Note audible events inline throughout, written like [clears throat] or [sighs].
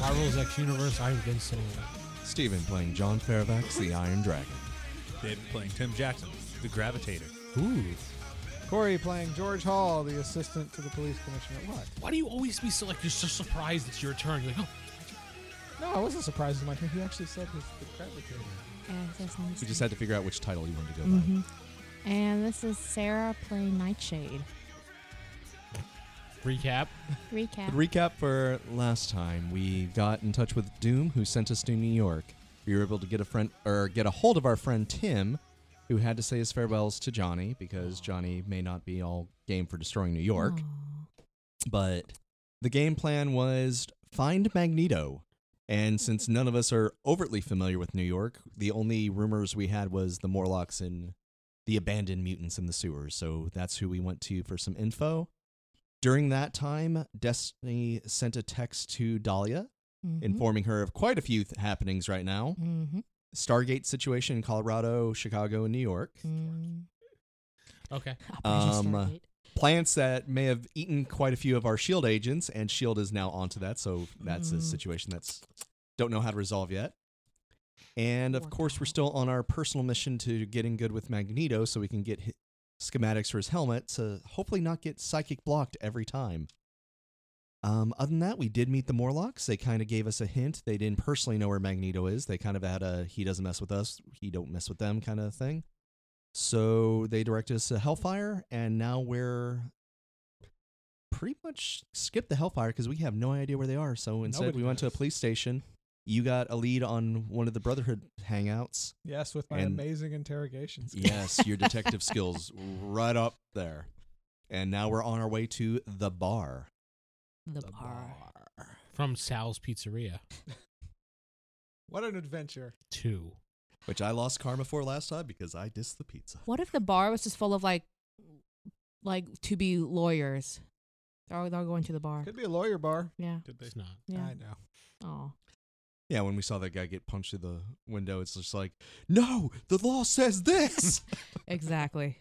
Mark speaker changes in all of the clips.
Speaker 1: Marvel's X Universe, I've been sitting
Speaker 2: Steven playing John Fairfax, the Iron Dragon.
Speaker 3: David playing Tim Jackson, the Gravitator.
Speaker 1: Ooh.
Speaker 4: Corey playing George Hall, the assistant to the police commissioner. What?
Speaker 1: Why do you always be so like you're so surprised it's your turn? You're like, oh,
Speaker 4: No, I wasn't surprised as much. He actually said his the gravitator.
Speaker 5: Yeah, that's nice.
Speaker 2: We just had to figure out which title you wanted to go by.
Speaker 5: and this is Sarah playing Nightshade.
Speaker 1: recap.
Speaker 5: Recap.
Speaker 2: The recap for last time, we got in touch with Doom, who sent us to New York. We were able to get a friend or get a hold of our friend Tim, who had to say his farewells to Johnny because Johnny may not be all game for destroying New York.
Speaker 5: Aw.
Speaker 2: But the game plan was find Magneto. And since none of us are overtly familiar with New York, the only rumors we had was the Morlocks and the abandoned mutants in the sewers. So that's who we went to for some info. During that time, Destiny sent a text to Dahlia
Speaker 5: Mhm.
Speaker 2: informing her of quite a few th- happenings right now.
Speaker 5: Mhm.
Speaker 2: Stargate situation in Colorado, Chicago, and New York.
Speaker 5: Mm.
Speaker 1: Okay.
Speaker 5: Operation
Speaker 1: uh,
Speaker 2: Um,
Speaker 5: Stargate.
Speaker 2: plants that may have eaten quite a few of our shield agents and shield is now onto that so that's a
Speaker 5: Mm.
Speaker 2: situation that's don't know how to resolve yet and of
Speaker 5: Work
Speaker 2: course we're
Speaker 5: out.
Speaker 2: still on our personal mission to getting good with magneto so we can get hi- schematics for his helmet to hopefully not get psychic blocked every time um, other than that we did meet the morlocks they kind of gave us a hint they didn't personally know where magneto is they kind of had a he doesn't mess with us he don't mess with them kind of thing so they directed us to Hellfire, and now we're pretty much skip the Hellfire because we have no idea where they are. So instead,
Speaker 1: Nobody
Speaker 2: we went to a
Speaker 1: does.
Speaker 2: police station. You got a lead on one of the Brotherhood hangouts. [laughs]
Speaker 4: Yes, with my
Speaker 2: And-
Speaker 4: amazing interrogations.
Speaker 2: Yes, your detective skills right up there. And now we're on our way to the bar.
Speaker 5: the bar.
Speaker 1: From Sal's Pizzeria.
Speaker 4: What an adventure!
Speaker 1: Two.
Speaker 2: Which I lost karma for last time because I dissed the pizza.
Speaker 5: What if the bar was just full of like, like to be lawyers? They're all, they're all going to the bar.
Speaker 4: Could be a lawyer bar.
Speaker 5: Yeah.
Speaker 3: Did they?
Speaker 1: It's not.
Speaker 5: Yeah.
Speaker 4: I know.
Speaker 5: Oh.
Speaker 2: Yeah, when we saw that guy get punched through the window, it's just like, no, the law says this.
Speaker 5: Exactly.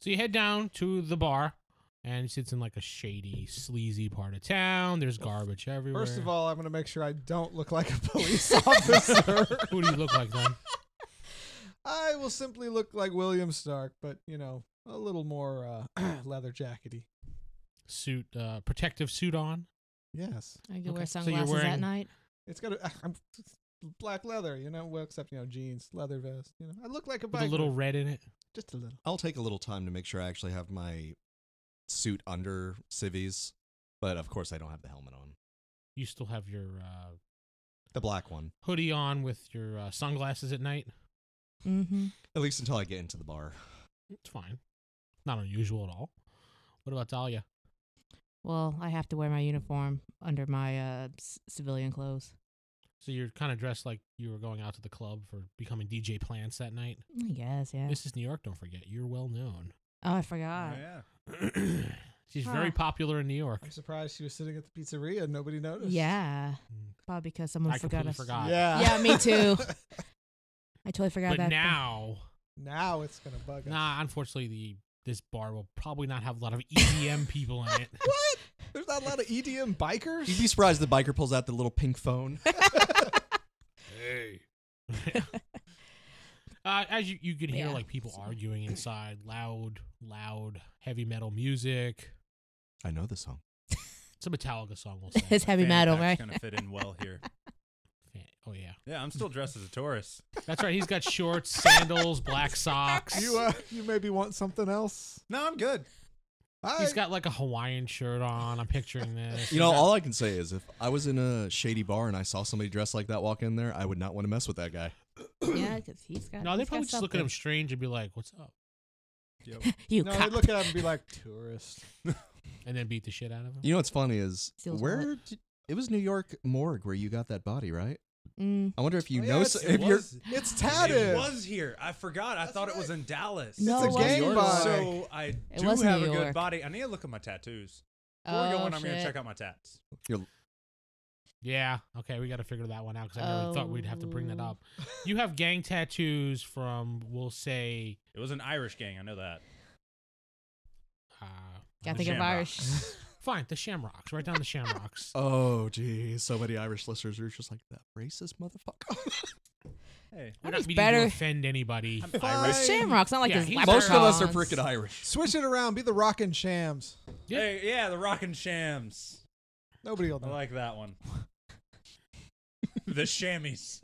Speaker 1: So you head down to the bar, and it sits in like a shady, sleazy part of town. There's garbage everywhere.
Speaker 4: First of all, I'm going to make sure I don't look like a [laughs] police officer.
Speaker 1: who do you look like then?
Speaker 4: I will simply look like William Stark, but you know, a little more uh, [clears throat] leather jackety.
Speaker 1: Suit, uh, protective suit on.
Speaker 4: Yes,
Speaker 5: [laughs] I could wear
Speaker 1: Okay, so you're
Speaker 5: sunglasses at
Speaker 1: wearing-
Speaker 5: night.
Speaker 4: it's got a, I'm black leather, you know. Well, except you know, jeans, leather vest. You know, I look like a
Speaker 1: With a
Speaker 4: biker,
Speaker 1: little red in it.
Speaker 4: just a little.
Speaker 2: I'll take a little time to make sure I actually have my suit under civvies, but of course I don't have the helmet on.
Speaker 1: You still have your uh,
Speaker 2: The black one.
Speaker 1: hoodie on with your uh, sunglasses at night.
Speaker 5: Mm-hmm.
Speaker 2: At least until I get into the
Speaker 4: [laughs]
Speaker 2: bar.
Speaker 1: It's fine. Not unusual at all. What about Dahlia?
Speaker 5: Well, I have to wear my uniform under my uh, c- civilian clothes.
Speaker 1: So you're kind of dressed like you were going out to the club for becoming DJ Plants that night.
Speaker 5: I guess, yeah.
Speaker 1: This is New York, don't forget. You're well known. [clears throat]
Speaker 5: Oh, I forgot.
Speaker 3: Oh, yeah.
Speaker 1: She's
Speaker 5: Huh.
Speaker 1: very popular in New York.
Speaker 4: I'm surprised she was sitting at the pizzeria and nobody noticed.
Speaker 5: Yeah.
Speaker 1: Mm.
Speaker 5: Probably because someone
Speaker 1: I
Speaker 5: forgot
Speaker 1: completely
Speaker 5: us.
Speaker 1: forgot.
Speaker 4: yeah,
Speaker 5: Yeah, me too. [laughs] I totally forgot
Speaker 1: But
Speaker 5: that. thing.
Speaker 1: now,
Speaker 4: [laughs] now it's gonna bug us.
Speaker 1: nah, unfortunately, the this bar will probably not have a lot of
Speaker 5: [laughs]
Speaker 1: EDM people in it.
Speaker 4: What? There's not a lot of EDM bikers.
Speaker 2: You'd be surprised the biker pulls out the little pink phone.
Speaker 1: Hey. uh, as you, you can hear
Speaker 5: Yeah.
Speaker 1: like people arguing inside, loud, loud, heavy metal music.
Speaker 2: I know the song.
Speaker 1: It's a Metallica song, we'll say.
Speaker 5: [laughs] [laughs] it's heavy
Speaker 3: Fanny
Speaker 5: metal,
Speaker 3: pack's
Speaker 5: right?
Speaker 3: gonna fit in well
Speaker 5: [laughs]
Speaker 3: here.
Speaker 1: Fan- oh, yeah.
Speaker 3: Yeah, I'm still dressed as a Taurus.
Speaker 1: That's right. He's got shorts, sandals,
Speaker 5: [laughs]
Speaker 1: black socks.
Speaker 4: You uh, [laughs] you maybe want something else.
Speaker 3: No, I'm good.
Speaker 4: I,
Speaker 1: He's got like a Hawaiian shirt on. I'm picturing this.
Speaker 2: You know, all I can say is if I was in a shady bar and I saw somebody dressed like that walk in there, I would not want to mess with that guy.
Speaker 1: [clears throat]
Speaker 5: yeah, because he's got.
Speaker 1: No, they
Speaker 5: he's got
Speaker 1: probably just look at him
Speaker 5: something.
Speaker 1: strange and be like, "What's up?"
Speaker 5: You
Speaker 4: no,
Speaker 5: cop.
Speaker 4: they'd look at him and be like, tourist.
Speaker 1: and then beat the shit out of him.
Speaker 2: You know what's funny is
Speaker 5: Steals
Speaker 2: where did, it was New York morgue where you got that body, right?
Speaker 5: Mm.
Speaker 2: I wonder if you
Speaker 4: Oh,
Speaker 2: know
Speaker 4: yeah,
Speaker 2: s-
Speaker 4: it's-
Speaker 2: if you're
Speaker 3: was-
Speaker 4: It's
Speaker 3: It
Speaker 4: tatted.
Speaker 3: was here. I forgot. I
Speaker 4: That's
Speaker 3: thought it
Speaker 4: right.
Speaker 3: was in Dallas.
Speaker 4: It's
Speaker 5: No,
Speaker 4: a it wasn't. gang body.
Speaker 3: So I
Speaker 5: It
Speaker 3: do
Speaker 5: was
Speaker 3: have
Speaker 5: New
Speaker 3: a good
Speaker 5: York.
Speaker 3: body. I need to look at my tattoos. Before
Speaker 5: oh,
Speaker 3: we go on, I'm
Speaker 5: shit.
Speaker 3: gonna check out my tats.
Speaker 1: Yeah. Okay, we got to figure that one out because I never thought we'd have to bring that
Speaker 5: Oh.
Speaker 1: up. You have gang tattoos from, we'll say,
Speaker 3: It was an Irish gang. I know that.
Speaker 1: uh,
Speaker 5: Gotta
Speaker 1: the
Speaker 5: think of
Speaker 3: Shamrock.
Speaker 1: [laughs]
Speaker 5: Irish.
Speaker 1: Fine, the Shamrocks, right down the
Speaker 5: [laughs]
Speaker 1: Shamrocks.
Speaker 2: Oh, geez. So many Irish listeners are just like, that racist motherfucker.
Speaker 3: Hey,
Speaker 1: We're not
Speaker 5: He's
Speaker 1: meeting
Speaker 5: better-
Speaker 1: to offend anybody.
Speaker 3: I'm
Speaker 4: Fine.
Speaker 3: Irish.
Speaker 5: It's Shamrocks, not like
Speaker 1: Yeah,
Speaker 5: his
Speaker 1: he's-
Speaker 2: Most of us are
Speaker 5: leprechauns.
Speaker 2: freaking Irish.
Speaker 4: Switch it around. Be the rockin' shams.
Speaker 1: Yeah.
Speaker 3: Hey, yeah, the Rockin' Shams.
Speaker 4: Nobody will
Speaker 3: I
Speaker 4: know.
Speaker 3: like that
Speaker 5: [laughs]
Speaker 3: one. the Shammies.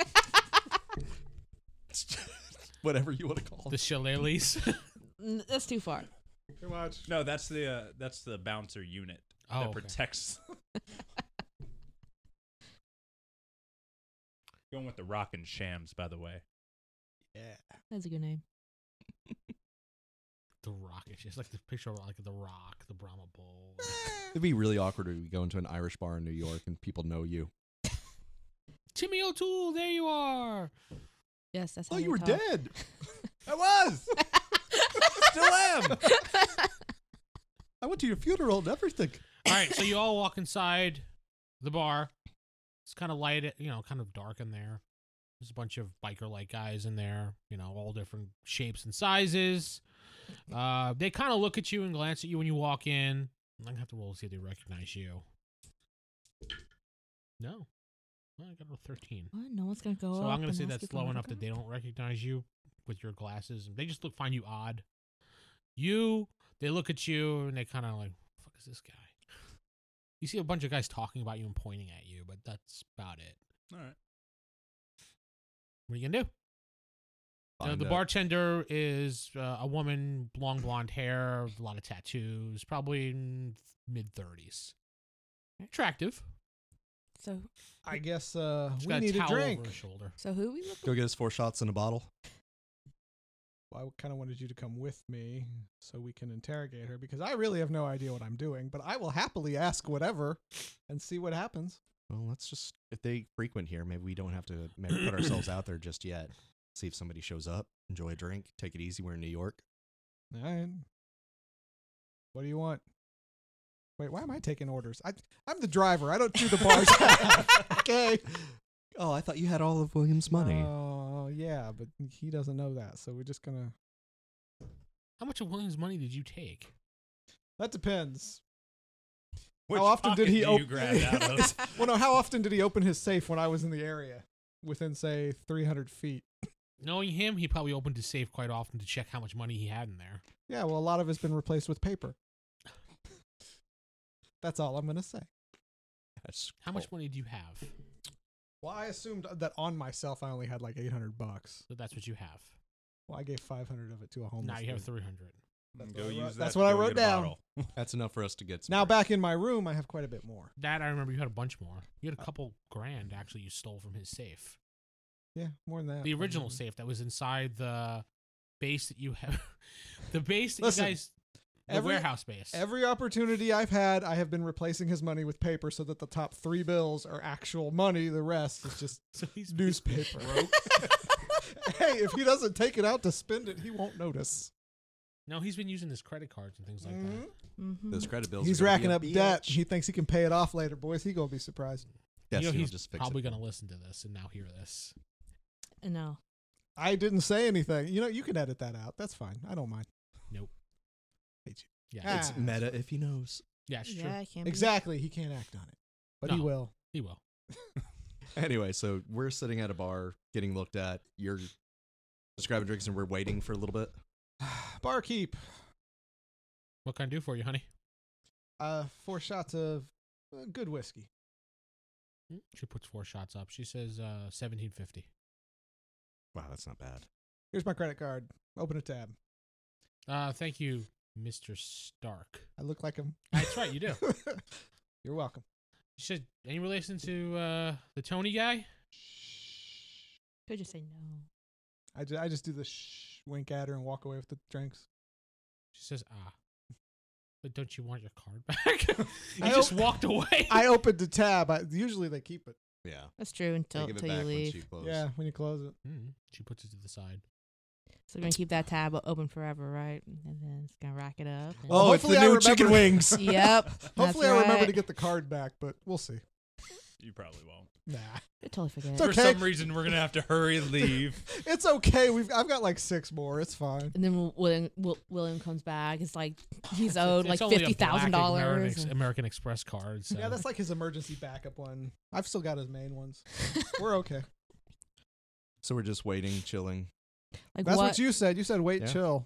Speaker 2: Whatever you want to call
Speaker 1: The
Speaker 2: it.
Speaker 1: shillelaghs. Oh,
Speaker 5: N- That's too far.
Speaker 4: Too much.
Speaker 3: No, that's the uh, that's the bouncer unit
Speaker 1: oh,
Speaker 3: that
Speaker 1: okay.
Speaker 3: protects. [laughs] Going with the Rockin' Shams, by the way.
Speaker 5: That's a good name.
Speaker 1: the rock. It's just like the picture of like the rock, the Brahma bull.
Speaker 2: It'd be really awkward if you go into an Irish bar in New York and people know you.
Speaker 1: Timmy O'Toole, there you are.
Speaker 5: Yes, that's how
Speaker 2: Oh,
Speaker 5: they
Speaker 2: you were
Speaker 5: talk.
Speaker 2: dead.
Speaker 3: I was. Still
Speaker 4: [laughs]
Speaker 3: am.
Speaker 2: I went to your funeral and everything.
Speaker 1: All right, so you all walk inside the bar. It's kind of light, you know, kind of dark in there. There's a bunch of biker-like guys in there, you know, all different shapes and sizes. Uh, they kind of look at you and glance at you when you walk in. I'm gonna have to roll to see if they recognize you. No, Well, I got a 13.
Speaker 5: What? No one's gonna go.
Speaker 1: So
Speaker 5: up
Speaker 1: I'm gonna
Speaker 5: and
Speaker 1: say
Speaker 5: ask
Speaker 1: that's
Speaker 5: you for an
Speaker 1: slow enough that
Speaker 5: autograph?
Speaker 1: they don't recognize you with your glasses. They just look find you odd. You, they look at you and they kind of like, "Fuck is this guy?" You see a bunch of guys talking about you and pointing at you, but that's about it.
Speaker 3: All right.
Speaker 1: What are you gonna do? Uh, the bartender is uh, a woman, long blonde hair, a lot of tattoos, probably mid thirties, attractive.
Speaker 5: So,
Speaker 4: I guess uh,
Speaker 1: She's
Speaker 4: we
Speaker 1: got
Speaker 4: need a,
Speaker 1: towel
Speaker 4: drink.
Speaker 1: over her shoulder.
Speaker 5: so who we
Speaker 2: Go [laughs]
Speaker 5: looking?
Speaker 2: get us four shots in a bottle.
Speaker 4: Well, I kind of wanted you to come with me so we can interrogate her because I really have no idea what I'm doing, but I will happily ask whatever and see what happens.
Speaker 2: Well, let's just, if they frequent here, maybe we don't have to maybe put ourselves out there just yet. See if somebody shows up, enjoy a drink, take it easy. We're in New York.
Speaker 4: All right. What do you want? Wait, why am I taking orders? I, I'm the driver. I don't do the bars. [laughs]
Speaker 2: okay. Oh, I thought you had all of William's money.
Speaker 4: Oh, yeah, but he doesn't know that. So we're just going to.
Speaker 1: How much of William's money did you take?
Speaker 4: That depends.
Speaker 3: Which
Speaker 4: often did
Speaker 3: pocket
Speaker 4: he
Speaker 3: do You
Speaker 4: op-
Speaker 3: grab
Speaker 4: [laughs]
Speaker 3: out of?
Speaker 4: Well, no, how often did he open his safe when I was in the area? Within, say, 300 feet.
Speaker 1: Knowing him, he probably opened his safe quite often to check how much money he had in there.
Speaker 4: Yeah, well, a lot of it's been replaced with paper. [laughs] That's all I'm going to say.
Speaker 2: That's
Speaker 1: How
Speaker 4: Oh.
Speaker 1: much money do you have?
Speaker 4: Well, I assumed that on myself I only had like 800 bucks.
Speaker 1: So that's what you have.
Speaker 4: Well, I gave 500 of it to a homeless.
Speaker 1: Now you have
Speaker 4: dude.
Speaker 1: 300.
Speaker 4: That's
Speaker 3: go
Speaker 4: what I
Speaker 3: use
Speaker 4: wrote-
Speaker 3: that
Speaker 4: that's
Speaker 3: to
Speaker 4: what I
Speaker 3: go
Speaker 4: wrote
Speaker 3: get a
Speaker 4: down. [laughs]
Speaker 3: bottle.
Speaker 2: That's enough for us to get. Some
Speaker 4: Now back in my room, I have quite a bit more.
Speaker 1: That I remember you had a bunch more. You had a couple grand actually you stole from his safe.
Speaker 4: Yeah, more than that.
Speaker 1: The original
Speaker 4: probably.
Speaker 1: safe that was inside the base that you have. [laughs] the base that
Speaker 4: Listen,
Speaker 1: you guys. The
Speaker 4: every-
Speaker 1: warehouse base.
Speaker 4: Every opportunity I've had, I have been replacing his money with paper so that the top three bills are actual money. The rest
Speaker 1: [laughs]
Speaker 4: is just
Speaker 1: [laughs] so he's
Speaker 4: newspaper.
Speaker 1: broke.
Speaker 4: [laughs] hey, if he doesn't take it out to spend it, he won't notice.
Speaker 1: no, he's been using his credit cards and things like that.
Speaker 4: Mhm.
Speaker 5: Mm-hmm.
Speaker 2: Those credit bills.
Speaker 4: He's
Speaker 2: are gonna be
Speaker 4: racking
Speaker 2: a
Speaker 4: up debt.
Speaker 2: bitch.
Speaker 4: He thinks he can pay it off later, boys. He gonna be surprised.
Speaker 2: Yes,
Speaker 1: you know,
Speaker 2: he'll
Speaker 1: he's
Speaker 2: just fix
Speaker 1: probably
Speaker 2: it.
Speaker 1: going to listen to this and now hear this.
Speaker 5: Uh, No.
Speaker 4: I didn't say anything. You know, you can edit that out. That's fine. I don't mind.
Speaker 1: Yeah,
Speaker 4: Ah.
Speaker 1: it's,
Speaker 2: It's meta if he knows.
Speaker 1: yeah, it's true.
Speaker 5: Yeah, I can't. be-
Speaker 4: Exactly. He can't act on it, but he
Speaker 1: No.
Speaker 4: will. [sighs]
Speaker 1: He will.
Speaker 2: Anyway, so we're sitting at a bar getting looked at. You're just grabbing drinks and we're waiting for a little bit.
Speaker 4: Barkeep,
Speaker 1: What can I do for you, honey?
Speaker 4: uh, four shots of uh, good whiskey.
Speaker 1: She puts four shots up. She says uh, 1750.
Speaker 2: Wow, that's not bad.
Speaker 4: Here's my credit card. Open a tab.
Speaker 1: Uh, thank you, Mr. Stark.
Speaker 4: I look like him.
Speaker 1: That's right, you
Speaker 4: [laughs]
Speaker 1: do.
Speaker 4: You're welcome.
Speaker 1: She said, any relation to uh, the Tony guy?
Speaker 5: Could just say no.
Speaker 4: I just, I just do the shh, wink at her and walk away with the drinks.
Speaker 1: She says, ah. But don't you want your card back? [laughs] you
Speaker 4: I
Speaker 1: just
Speaker 4: don't-
Speaker 1: walked away.
Speaker 4: I opened the tab. I, usually they keep it.
Speaker 2: Yeah.
Speaker 5: That's true
Speaker 2: They
Speaker 5: until,
Speaker 2: give it
Speaker 5: until you
Speaker 2: back once
Speaker 5: leave.
Speaker 2: you close.
Speaker 4: Yeah, when you close it.
Speaker 1: Mm, she puts it to the side.
Speaker 5: So we're gonna keep that tab open forever, right? And then it's gonna rack it up. and-
Speaker 4: Oh, it's the
Speaker 2: hopefully I
Speaker 4: [laughs] new chicken
Speaker 2: remember-
Speaker 4: wings.
Speaker 5: yep.
Speaker 4: Hopefully, I
Speaker 5: that's
Speaker 4: remember
Speaker 5: right.
Speaker 4: to get the card back, but we'll see.
Speaker 3: [laughs] You probably won't.
Speaker 4: Nah,
Speaker 5: I totally forget.
Speaker 4: It's
Speaker 3: For
Speaker 4: okay.
Speaker 3: some reason, we're gonna have to
Speaker 2: [laughs]
Speaker 3: hurry leave.
Speaker 4: [laughs] it's okay. We've I've got like six more. It's fine.
Speaker 5: and then William, Wil- William comes back. It's like he's owed
Speaker 1: It's
Speaker 5: like
Speaker 1: only a
Speaker 5: fifty thousand
Speaker 1: black American, Ex-
Speaker 5: dollars.
Speaker 1: American Express card. So.
Speaker 4: Yeah, that's like his emergency backup one. I've still got his main ones. We're okay.
Speaker 2: So we're just waiting, chilling.
Speaker 5: [laughs] Like
Speaker 4: That's what,
Speaker 5: what?
Speaker 4: you said. You said wait,
Speaker 2: Yeah.
Speaker 4: chill.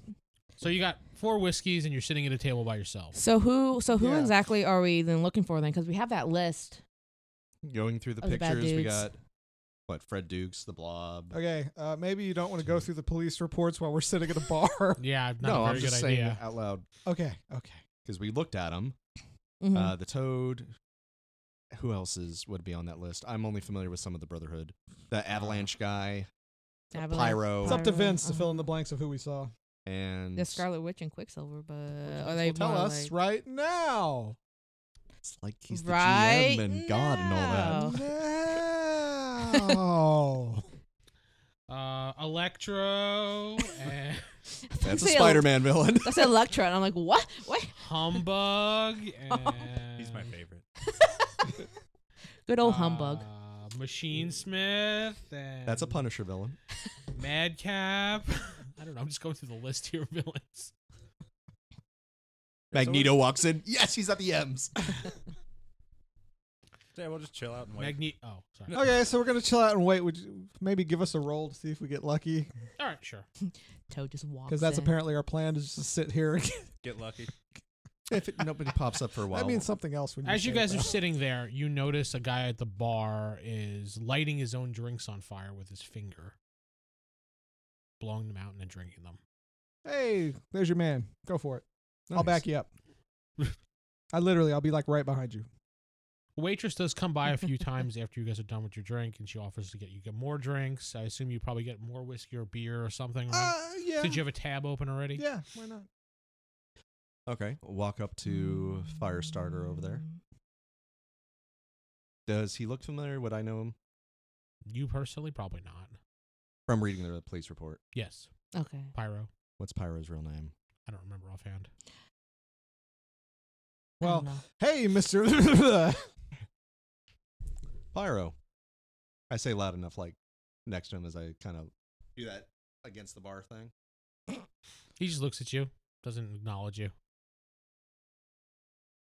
Speaker 1: so you got four whiskeys and you're sitting at a table by yourself.
Speaker 5: So who? So who
Speaker 4: Yeah.
Speaker 5: exactly are we then looking for then? Because we have that list.
Speaker 2: Going through the
Speaker 5: Of the bad
Speaker 2: pictures, we
Speaker 5: dudes.
Speaker 2: got what Fred Dukes, the Blob.
Speaker 4: Okay, uh, maybe you don't want to go through the police reports while we're sitting at a
Speaker 1: [laughs]
Speaker 4: bar. [laughs]
Speaker 1: Yeah, not
Speaker 2: no,
Speaker 1: a
Speaker 2: I'm
Speaker 1: very
Speaker 2: just
Speaker 1: good
Speaker 2: saying
Speaker 1: idea.
Speaker 2: it out loud
Speaker 4: okay, okay.
Speaker 2: because we looked at them.
Speaker 5: Mhm.
Speaker 2: Uh, the Toad. Who else is would be on that list? I'm only familiar with some of the Brotherhood. The Avalanche guy
Speaker 5: Avalanche,
Speaker 2: Pyro.
Speaker 4: It's up to
Speaker 5: Pyro,
Speaker 4: Vince to
Speaker 5: uh-huh.
Speaker 4: fill in the blanks of who we saw.
Speaker 2: and
Speaker 5: The Scarlet Witch and Quicksilver, but are
Speaker 4: Vince
Speaker 5: they
Speaker 4: will tell
Speaker 5: more
Speaker 4: us
Speaker 5: like-
Speaker 4: right
Speaker 5: [laughs]
Speaker 4: now.
Speaker 2: it's like he's the
Speaker 5: Right
Speaker 2: GM and God and all
Speaker 5: now.
Speaker 2: that.
Speaker 5: Oh.
Speaker 4: Now.
Speaker 1: Uh, Electro and
Speaker 2: That's a
Speaker 5: Say a-
Speaker 2: Spider-Man [laughs] villain.
Speaker 5: That's Electra, and I'm like, what? What?
Speaker 1: Humbug. And
Speaker 3: He's my favorite.
Speaker 5: Good old humbug.
Speaker 1: uh, Machine Smith. And
Speaker 2: That's a Punisher villain.
Speaker 1: Madcap. I don't know. I'm just going through the list here of villains.
Speaker 2: Magneto walks in. Yes, he's at the M's.
Speaker 3: Yeah, we'll just chill out and wait.
Speaker 1: Magne- Oh, sorry.
Speaker 4: okay, so we're gonna chill out and wait. Would you maybe give us a roll to see if we get lucky?
Speaker 1: All right, sure.
Speaker 5: Toad just walks.
Speaker 4: Because that's
Speaker 5: in.
Speaker 4: apparently our plan is just to sit here.
Speaker 3: Get lucky.
Speaker 2: [laughs] if it, nobody pops up for a while,
Speaker 4: [laughs] that means something else. When
Speaker 1: As you
Speaker 4: say it,
Speaker 1: guys are
Speaker 4: though.
Speaker 1: sitting there, you notice a guy at the bar is lighting his own drinks on fire with his finger, blowing them out and then drinking them.
Speaker 4: hey, there's your man. Go for it. I'll
Speaker 2: Nice.
Speaker 4: back you up. I literally, I'll be like right behind you.
Speaker 1: A waitress does come by a few times after you guys are done with your drink, and she offers to get you get more drinks. I assume you probably get more whiskey or beer or something. Right?
Speaker 4: Uh, yeah.
Speaker 1: Did you have a tab open already?
Speaker 4: yeah, why not?
Speaker 2: Okay, walk up to Firestarter over there.
Speaker 5: Mm.
Speaker 2: Does he look familiar? Would I know him
Speaker 1: You personally, probably not.
Speaker 2: from reading the police report?
Speaker 1: Yes,
Speaker 5: Okay.
Speaker 1: Pyro.
Speaker 2: What's Pyro's real name?
Speaker 1: I don't remember offhand.
Speaker 5: I don't
Speaker 4: Well,
Speaker 5: know.
Speaker 4: hey, Mister. [laughs] All
Speaker 2: Pyro. I say loud enough, like next to him, as I kind of do that against the bar thing.
Speaker 1: He just looks at you, doesn't acknowledge you.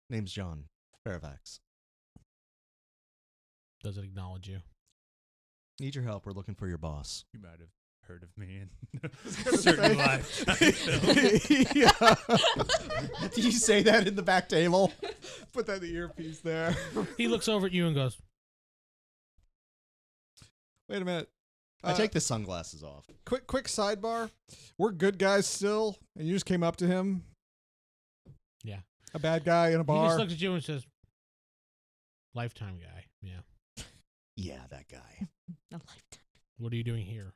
Speaker 2: Name's John Fairfax.
Speaker 1: Doesn't acknowledge you.
Speaker 2: Need your help. We're looking for your boss.
Speaker 3: You might have heard of me in [laughs] a certain [laughs]
Speaker 4: [laughs]
Speaker 3: life.
Speaker 2: Do you say that in the back table?
Speaker 4: Put that in the earpiece there.
Speaker 1: He looks over at you and goes,
Speaker 4: Wait a minute.
Speaker 2: I
Speaker 4: Uh,
Speaker 2: take the sunglasses off.
Speaker 4: quick, quick sidebar. We're good guys still, and you just came up to him.
Speaker 1: Yeah.
Speaker 4: A bad guy in a
Speaker 1: He just
Speaker 4: bar.
Speaker 1: looks at you and says, "Lifetime guy, yeah.
Speaker 2: Yeah, that guy.
Speaker 5: A lifetime.
Speaker 1: What are you doing here?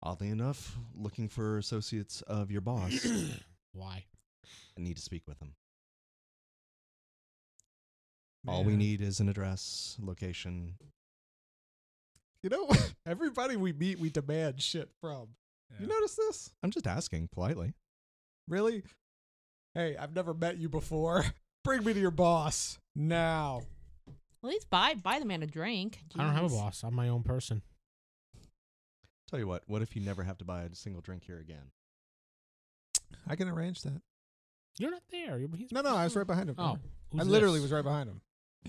Speaker 2: Oddly enough, looking for associates of your boss.
Speaker 1: [coughs]
Speaker 2: I
Speaker 1: [clears throat] Why?
Speaker 2: need to speak with him. All we
Speaker 4: Man.
Speaker 2: need is an address, location.
Speaker 4: You know, [laughs] everybody we meet, we demand shit from.
Speaker 3: Yeah.
Speaker 4: You notice this?
Speaker 2: I'm just asking politely.
Speaker 4: Really? Hey, I've never met you before. [laughs] Bring me to your boss now.
Speaker 5: At least buy buy the man a drink.
Speaker 1: I don't have a
Speaker 5: Jeez.
Speaker 1: boss. I'm my own person.
Speaker 2: Tell you what, what if you never have to buy a single drink here again?
Speaker 4: I can arrange that.
Speaker 1: You're not there. You're- he's-
Speaker 4: No, no, I was right behind him.
Speaker 1: Oh,
Speaker 4: I
Speaker 1: who's
Speaker 4: literally
Speaker 1: this?
Speaker 4: was right behind him.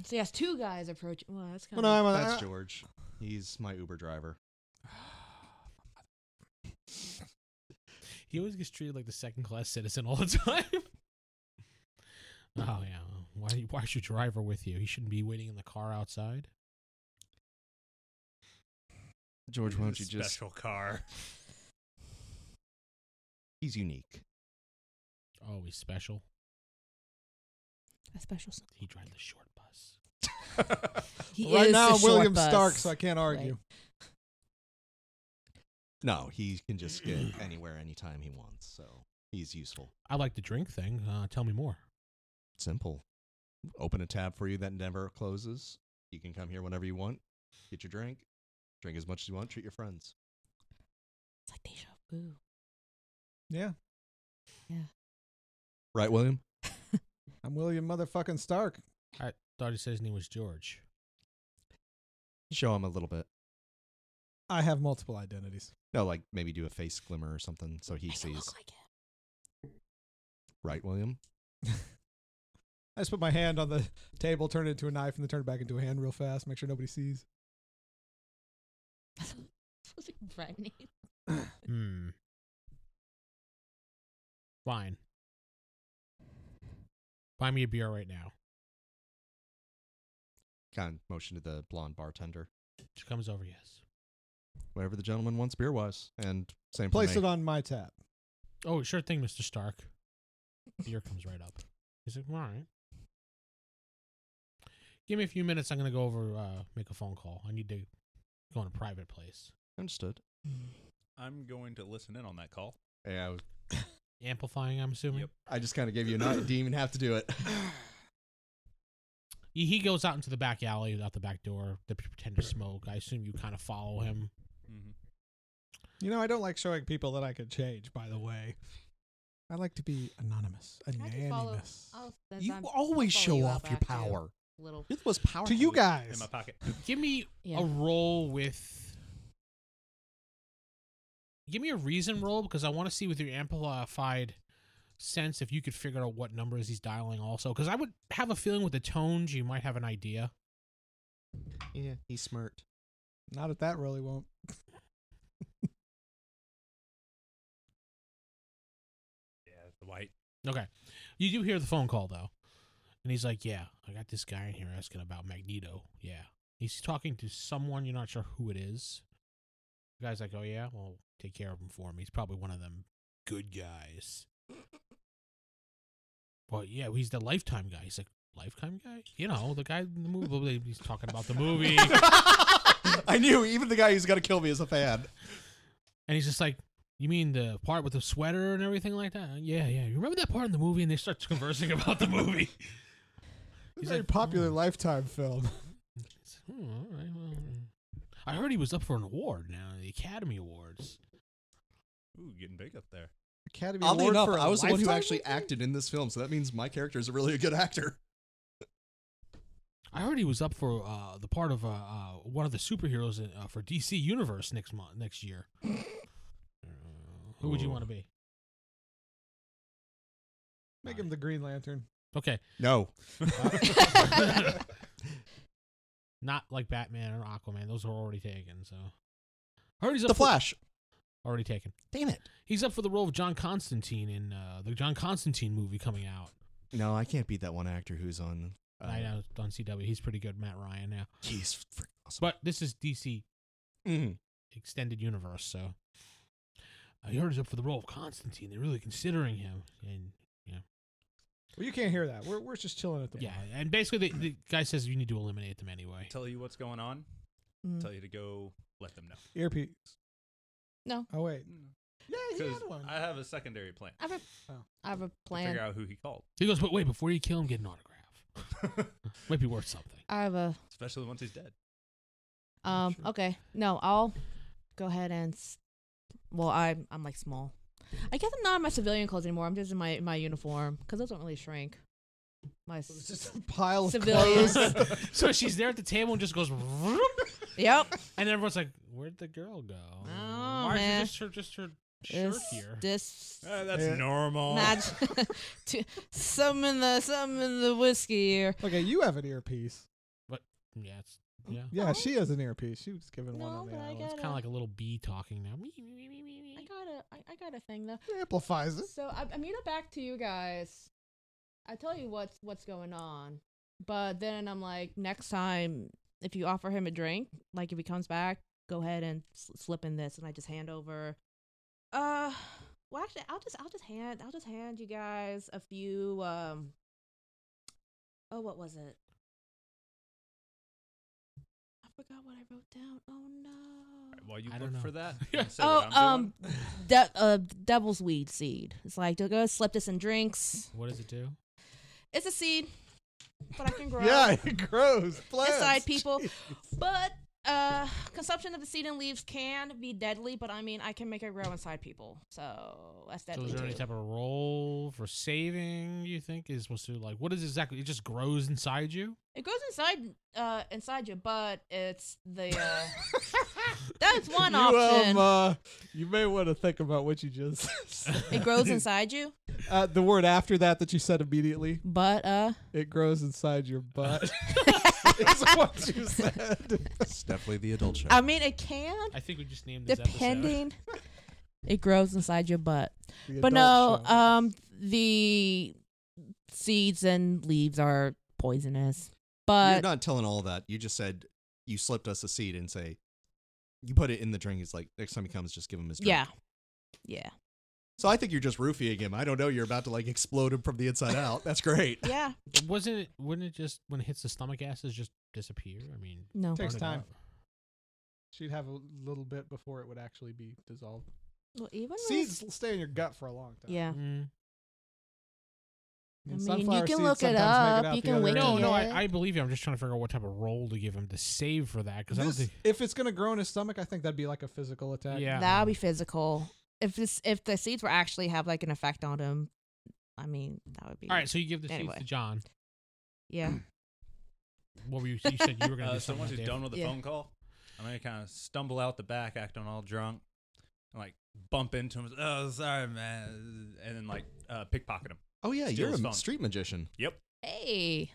Speaker 5: So yes, two guys approach. Well, that's kind
Speaker 4: Well, no,
Speaker 5: of.
Speaker 4: I'm a,
Speaker 2: That's
Speaker 4: I-
Speaker 2: George. He's my Uber driver.
Speaker 1: He always gets treated like the second class citizen all the [laughs] time. oh yeah. well, Why? Why is your driver with you? He shouldn't be waiting in the car outside.
Speaker 2: George,
Speaker 3: This
Speaker 2: why
Speaker 3: is
Speaker 2: don't
Speaker 3: a
Speaker 2: you just. [laughs]
Speaker 3: special car?
Speaker 2: He's unique.
Speaker 1: Oh, he's special.
Speaker 5: a special. s-
Speaker 1: He drives the short bus.
Speaker 5: He
Speaker 4: right
Speaker 5: is
Speaker 4: now,
Speaker 5: the
Speaker 4: I'm
Speaker 5: short
Speaker 4: William
Speaker 5: bus.
Speaker 4: Stark, so I can't argue.
Speaker 2: No, he can just get [clears throat] anywhere, anytime he wants, so he's useful.
Speaker 1: I like the drink thing. Uh, tell me more.
Speaker 2: Simple. Open a tab for you that never closes. You can come here whenever you want, get your drink, drink as much as you want, treat your friends.
Speaker 5: It's like deja vu.
Speaker 4: Yeah,
Speaker 2: Right, William?
Speaker 4: I'm William motherfucking Stark.
Speaker 1: I thought he said his name was George.
Speaker 2: Show him a little bit.
Speaker 4: I have multiple identities.
Speaker 2: No, like maybe do a face glimmer or something so he
Speaker 5: I don't
Speaker 2: sees.
Speaker 5: look like him.
Speaker 2: Right, William?
Speaker 4: I just put my hand on the table, turn it into a knife, and then turn it back into a hand real fast. Make sure nobody sees.
Speaker 5: [laughs] Supposed to be Brian.
Speaker 1: Hmm. Fine. Buy me a beer right now.
Speaker 2: Kind of motion to the blonde bartender.
Speaker 1: She comes over, yes.
Speaker 2: Whatever the gentleman wants beer wise. And same
Speaker 4: Place
Speaker 2: for
Speaker 4: it
Speaker 2: me.
Speaker 4: on my tap.
Speaker 1: Oh, sure thing, Mr. Stark. Beer comes right up. He's like, all right. Give me a few minutes. I'm going to go over, uh, make a phone call. I need to go in a private place.
Speaker 2: Understood.
Speaker 3: I'm going to listen in on that call.
Speaker 2: Yeah, I, was-
Speaker 1: Amplifying, I'm assuming.
Speaker 3: Yep.
Speaker 2: I just kind of gave you a nod. Didn't even have to do it.
Speaker 1: He he goes out into the back alley, out the back door, to pretend to smoke. I assume you kind of follow him.
Speaker 3: Mm-hmm.
Speaker 4: You know, I don't like showing people that I could change, by the way. I like to be anonymous.
Speaker 5: I can follow-
Speaker 4: Anonymous.
Speaker 5: I'll- that's-
Speaker 2: you
Speaker 5: I'm- I'll
Speaker 2: always
Speaker 5: follow
Speaker 2: show
Speaker 5: you
Speaker 2: off
Speaker 5: up
Speaker 2: your
Speaker 5: after.
Speaker 2: power.
Speaker 5: Little.
Speaker 2: You're the most powerful.
Speaker 4: To you
Speaker 3: In
Speaker 4: guys.
Speaker 3: my pocket.
Speaker 1: Give me
Speaker 5: [laughs] Yeah.
Speaker 1: a [laughs] roll with. Give me a reason roll because I want to see with your amplified sense if you could figure out what numbers he's dialing also. Because I would have a feeling with the tones you might have an idea.
Speaker 2: Yeah, he smirked.
Speaker 4: Not at that really won't.
Speaker 3: Yeah, the white.
Speaker 1: Okay, you do hear the phone call though, and he's like, "Yeah, I got this guy in here asking about Magneto. Yeah, he's talking to someone you're not sure who it is." The guy's like, "Oh yeah, well take care of him for me. He's probably one of them good guys." Well, yeah, he's the lifetime guy. He's like lifetime guy. You know, the guy in the movie. He's talking about the movie.
Speaker 2: [laughs] [laughs] I knew even the guy who's gonna kill me is a fan.
Speaker 1: And he's just like, You mean the part with the sweater and everything like that? Yeah, yeah. You remember that part in the movie? And they start conversing about the movie.
Speaker 4: It's a very popular
Speaker 1: "Hmm."
Speaker 4: lifetime film.
Speaker 1: It's- hmm, all right, well, mm. I heard he was up for an award now, the Academy Awards.
Speaker 3: Ooh, getting big up there.
Speaker 4: Academy
Speaker 2: Oddly
Speaker 4: Award
Speaker 2: enough,
Speaker 4: for a
Speaker 2: I was the one who
Speaker 4: lifetime
Speaker 2: actually
Speaker 4: movie?
Speaker 2: acted in this film, so that means my character is really a good actor.
Speaker 1: I heard he was up for uh, the part of uh, uh, one of the superheroes in, uh, for DC Universe next month, next year.
Speaker 2: [laughs]
Speaker 1: Uh, who would you
Speaker 2: Ooh.
Speaker 1: want to be?
Speaker 4: Make him the Green Lantern.
Speaker 1: Okay, uh,
Speaker 2: No. [laughs]
Speaker 1: not like Batman or Aquaman; those were already taken. So, I heard he's up
Speaker 2: the
Speaker 1: for-
Speaker 2: Flash.
Speaker 1: already taken.
Speaker 2: Damn it.
Speaker 1: He's up for the role of John Constantine in uh, the John Constantine movie coming out.
Speaker 2: No, I can't beat that one actor who's on. uh,
Speaker 1: I know it's on CW. He's pretty good, Matt Ryan now.
Speaker 2: He's freaking awesome.
Speaker 1: But this is DC
Speaker 2: Mhm.
Speaker 1: extended universe. So I heard he's up for the role of Constantine. They're really considering him, and
Speaker 4: Well, you can't hear that. We're we're just chilling at the
Speaker 1: yeah, and basically the, the guy says you need to eliminate them anyway.
Speaker 3: Tell you what's going on.
Speaker 5: Mm.
Speaker 3: Tell you to go. Let them know.
Speaker 4: earpiece.
Speaker 5: No.
Speaker 4: Oh wait. Yeah, he
Speaker 3: Because
Speaker 4: had one.
Speaker 3: I have a secondary plan.
Speaker 5: I have a,
Speaker 4: Oh.
Speaker 5: I have a
Speaker 3: To
Speaker 5: plan.
Speaker 3: figure out who he called.
Speaker 1: He goes, but wait, before you kill him, get an autograph. Might be worth
Speaker 5: [laughs]
Speaker 1: something. [laughs]
Speaker 5: I have a
Speaker 3: Especially once he's dead.
Speaker 2: Yeah,
Speaker 5: um.
Speaker 2: sure.
Speaker 5: Okay. No, I'll go ahead and. S- well, I'm I'm like small. I guess I'm not in my civilian clothes anymore. I'm just in my my uniform because those don't really shrink. My
Speaker 4: It's
Speaker 5: s-
Speaker 4: just a pile of
Speaker 5: Civilians.
Speaker 4: clothes.
Speaker 1: so she's there at the table and just goes, [laughs] "Vroom,"
Speaker 5: [laughs] yep.
Speaker 1: and everyone's like, "Where'd the girl go? Oh, Why
Speaker 5: man.
Speaker 1: is it just her just her shirt
Speaker 5: This
Speaker 1: here?"
Speaker 5: this
Speaker 3: Uh, that's
Speaker 4: Yeah.
Speaker 3: normal.
Speaker 5: match. [laughs] to, some in the some in the whiskey here.
Speaker 4: [laughs] okay, you have an earpiece.
Speaker 1: yeah, it's yeah.
Speaker 4: Yeah,
Speaker 5: Oh.
Speaker 4: she has an earpiece. She was given one
Speaker 5: No,
Speaker 4: on the
Speaker 5: but I
Speaker 4: island.
Speaker 1: It's kind of like a little bee talking now. Me, me, me, me, me,
Speaker 5: [laughs] I
Speaker 1: me.
Speaker 5: got a I, I got a thing though.
Speaker 4: It amplifies it.
Speaker 5: So I, I'm gonna back to you guys. I tell you what's what's going on, but then I'm like, next time if you offer him a drink, like if he comes back, go ahead and s- slip in this, and I just hand over. Uh, well, actually, I'll just I'll just hand I'll just hand you guys a few. Um, oh, what was it? I forgot what I wrote down. Oh no.
Speaker 3: While you
Speaker 1: I
Speaker 3: look
Speaker 1: don't
Speaker 3: for
Speaker 1: know. [laughs]
Speaker 3: that.
Speaker 1: Yeah.
Speaker 3: say what
Speaker 5: Oh,
Speaker 3: I'm doing.
Speaker 5: de- uh, devil's weed seed. It's like to go slip this in drinks.
Speaker 1: What does it do?
Speaker 5: It's a seed, but I can grow.
Speaker 4: Yeah, it grows. Plants. [laughs]
Speaker 5: Aside people, but Uh, consumption of the seed and leaves can be deadly, but I mean, I can make it grow inside people, so that's
Speaker 1: So
Speaker 5: deadly
Speaker 1: is there any
Speaker 5: too.
Speaker 1: type of role for saving you think is supposed to like what is exactly it just grows inside you?
Speaker 5: It goes inside, uh, inside you, but it's the
Speaker 4: [laughs]
Speaker 5: uh, that's one
Speaker 4: you,
Speaker 5: option.
Speaker 4: Um, uh, you may want to think about what you just said. [laughs]
Speaker 5: it grows inside you,
Speaker 4: uh, the word after that that you said immediately.
Speaker 5: but uh,
Speaker 4: It grows inside your butt. [laughs]
Speaker 5: [laughs]
Speaker 4: is what you said.
Speaker 2: It's definitely the adult show.
Speaker 5: I mean, it can
Speaker 1: I think we just named this episode.
Speaker 5: depending. it grows inside your butt,
Speaker 4: The
Speaker 5: but no,
Speaker 4: adult show.
Speaker 5: um, the seeds and leaves are poisonous,
Speaker 2: You're
Speaker 5: but
Speaker 2: not telling all that. You just said you slipped us a seed and say you put it in the drink. It's like next time he comes, just give him his drink.
Speaker 5: yeah, yeah.
Speaker 2: So I think you're just roofying him. I don't know. You're about to like explode him from the inside out. That's
Speaker 5: [laughs]
Speaker 2: great.
Speaker 5: [laughs] Yeah.
Speaker 1: Wasn't it wouldn't it just when it hits the stomach acids just disappear? I mean
Speaker 5: No.
Speaker 4: Takes
Speaker 1: burn it
Speaker 4: time.
Speaker 1: up.
Speaker 4: She'd have a little bit before it would actually be dissolved.
Speaker 5: Well, even with-
Speaker 4: Seeds will stay in your gut for a long time.
Speaker 5: Yeah.
Speaker 1: Mm.
Speaker 5: I mean, you
Speaker 4: sunflower
Speaker 5: can
Speaker 4: seeds
Speaker 5: look
Speaker 4: sometimes
Speaker 5: it
Speaker 4: make
Speaker 5: up,
Speaker 4: out
Speaker 5: you
Speaker 4: the
Speaker 5: can
Speaker 4: other
Speaker 5: wiki
Speaker 1: No,
Speaker 4: end.
Speaker 1: no,
Speaker 5: Yeah.
Speaker 1: I, I believe you. I'm just trying to figure out what type of role to give him to save for that because I don't
Speaker 4: This-
Speaker 1: think
Speaker 4: if it's gonna grow in his stomach, I think that'd be like a physical attack.
Speaker 1: Yeah.
Speaker 5: That would be physical. If this, if the seeds were actually have like an effect on him, I mean, that would be.
Speaker 1: All right, so you give the seeds
Speaker 5: Anyway.
Speaker 1: to John.
Speaker 5: Yeah.
Speaker 1: What were you? You said
Speaker 3: [laughs]
Speaker 1: you were gonna
Speaker 3: Uh,
Speaker 1: do
Speaker 3: so
Speaker 1: something.
Speaker 3: once
Speaker 1: with
Speaker 3: he's
Speaker 1: Dave.
Speaker 3: done with the
Speaker 5: Yeah.
Speaker 3: phone call, I'm gonna kind of stumble out the back, acting all drunk, and like bump into him. Oh, sorry, man, and then like uh, pickpocket him.
Speaker 2: Oh yeah,
Speaker 3: Steal
Speaker 2: you're
Speaker 3: his
Speaker 2: a
Speaker 3: phone.
Speaker 2: street magician.
Speaker 5: Hey.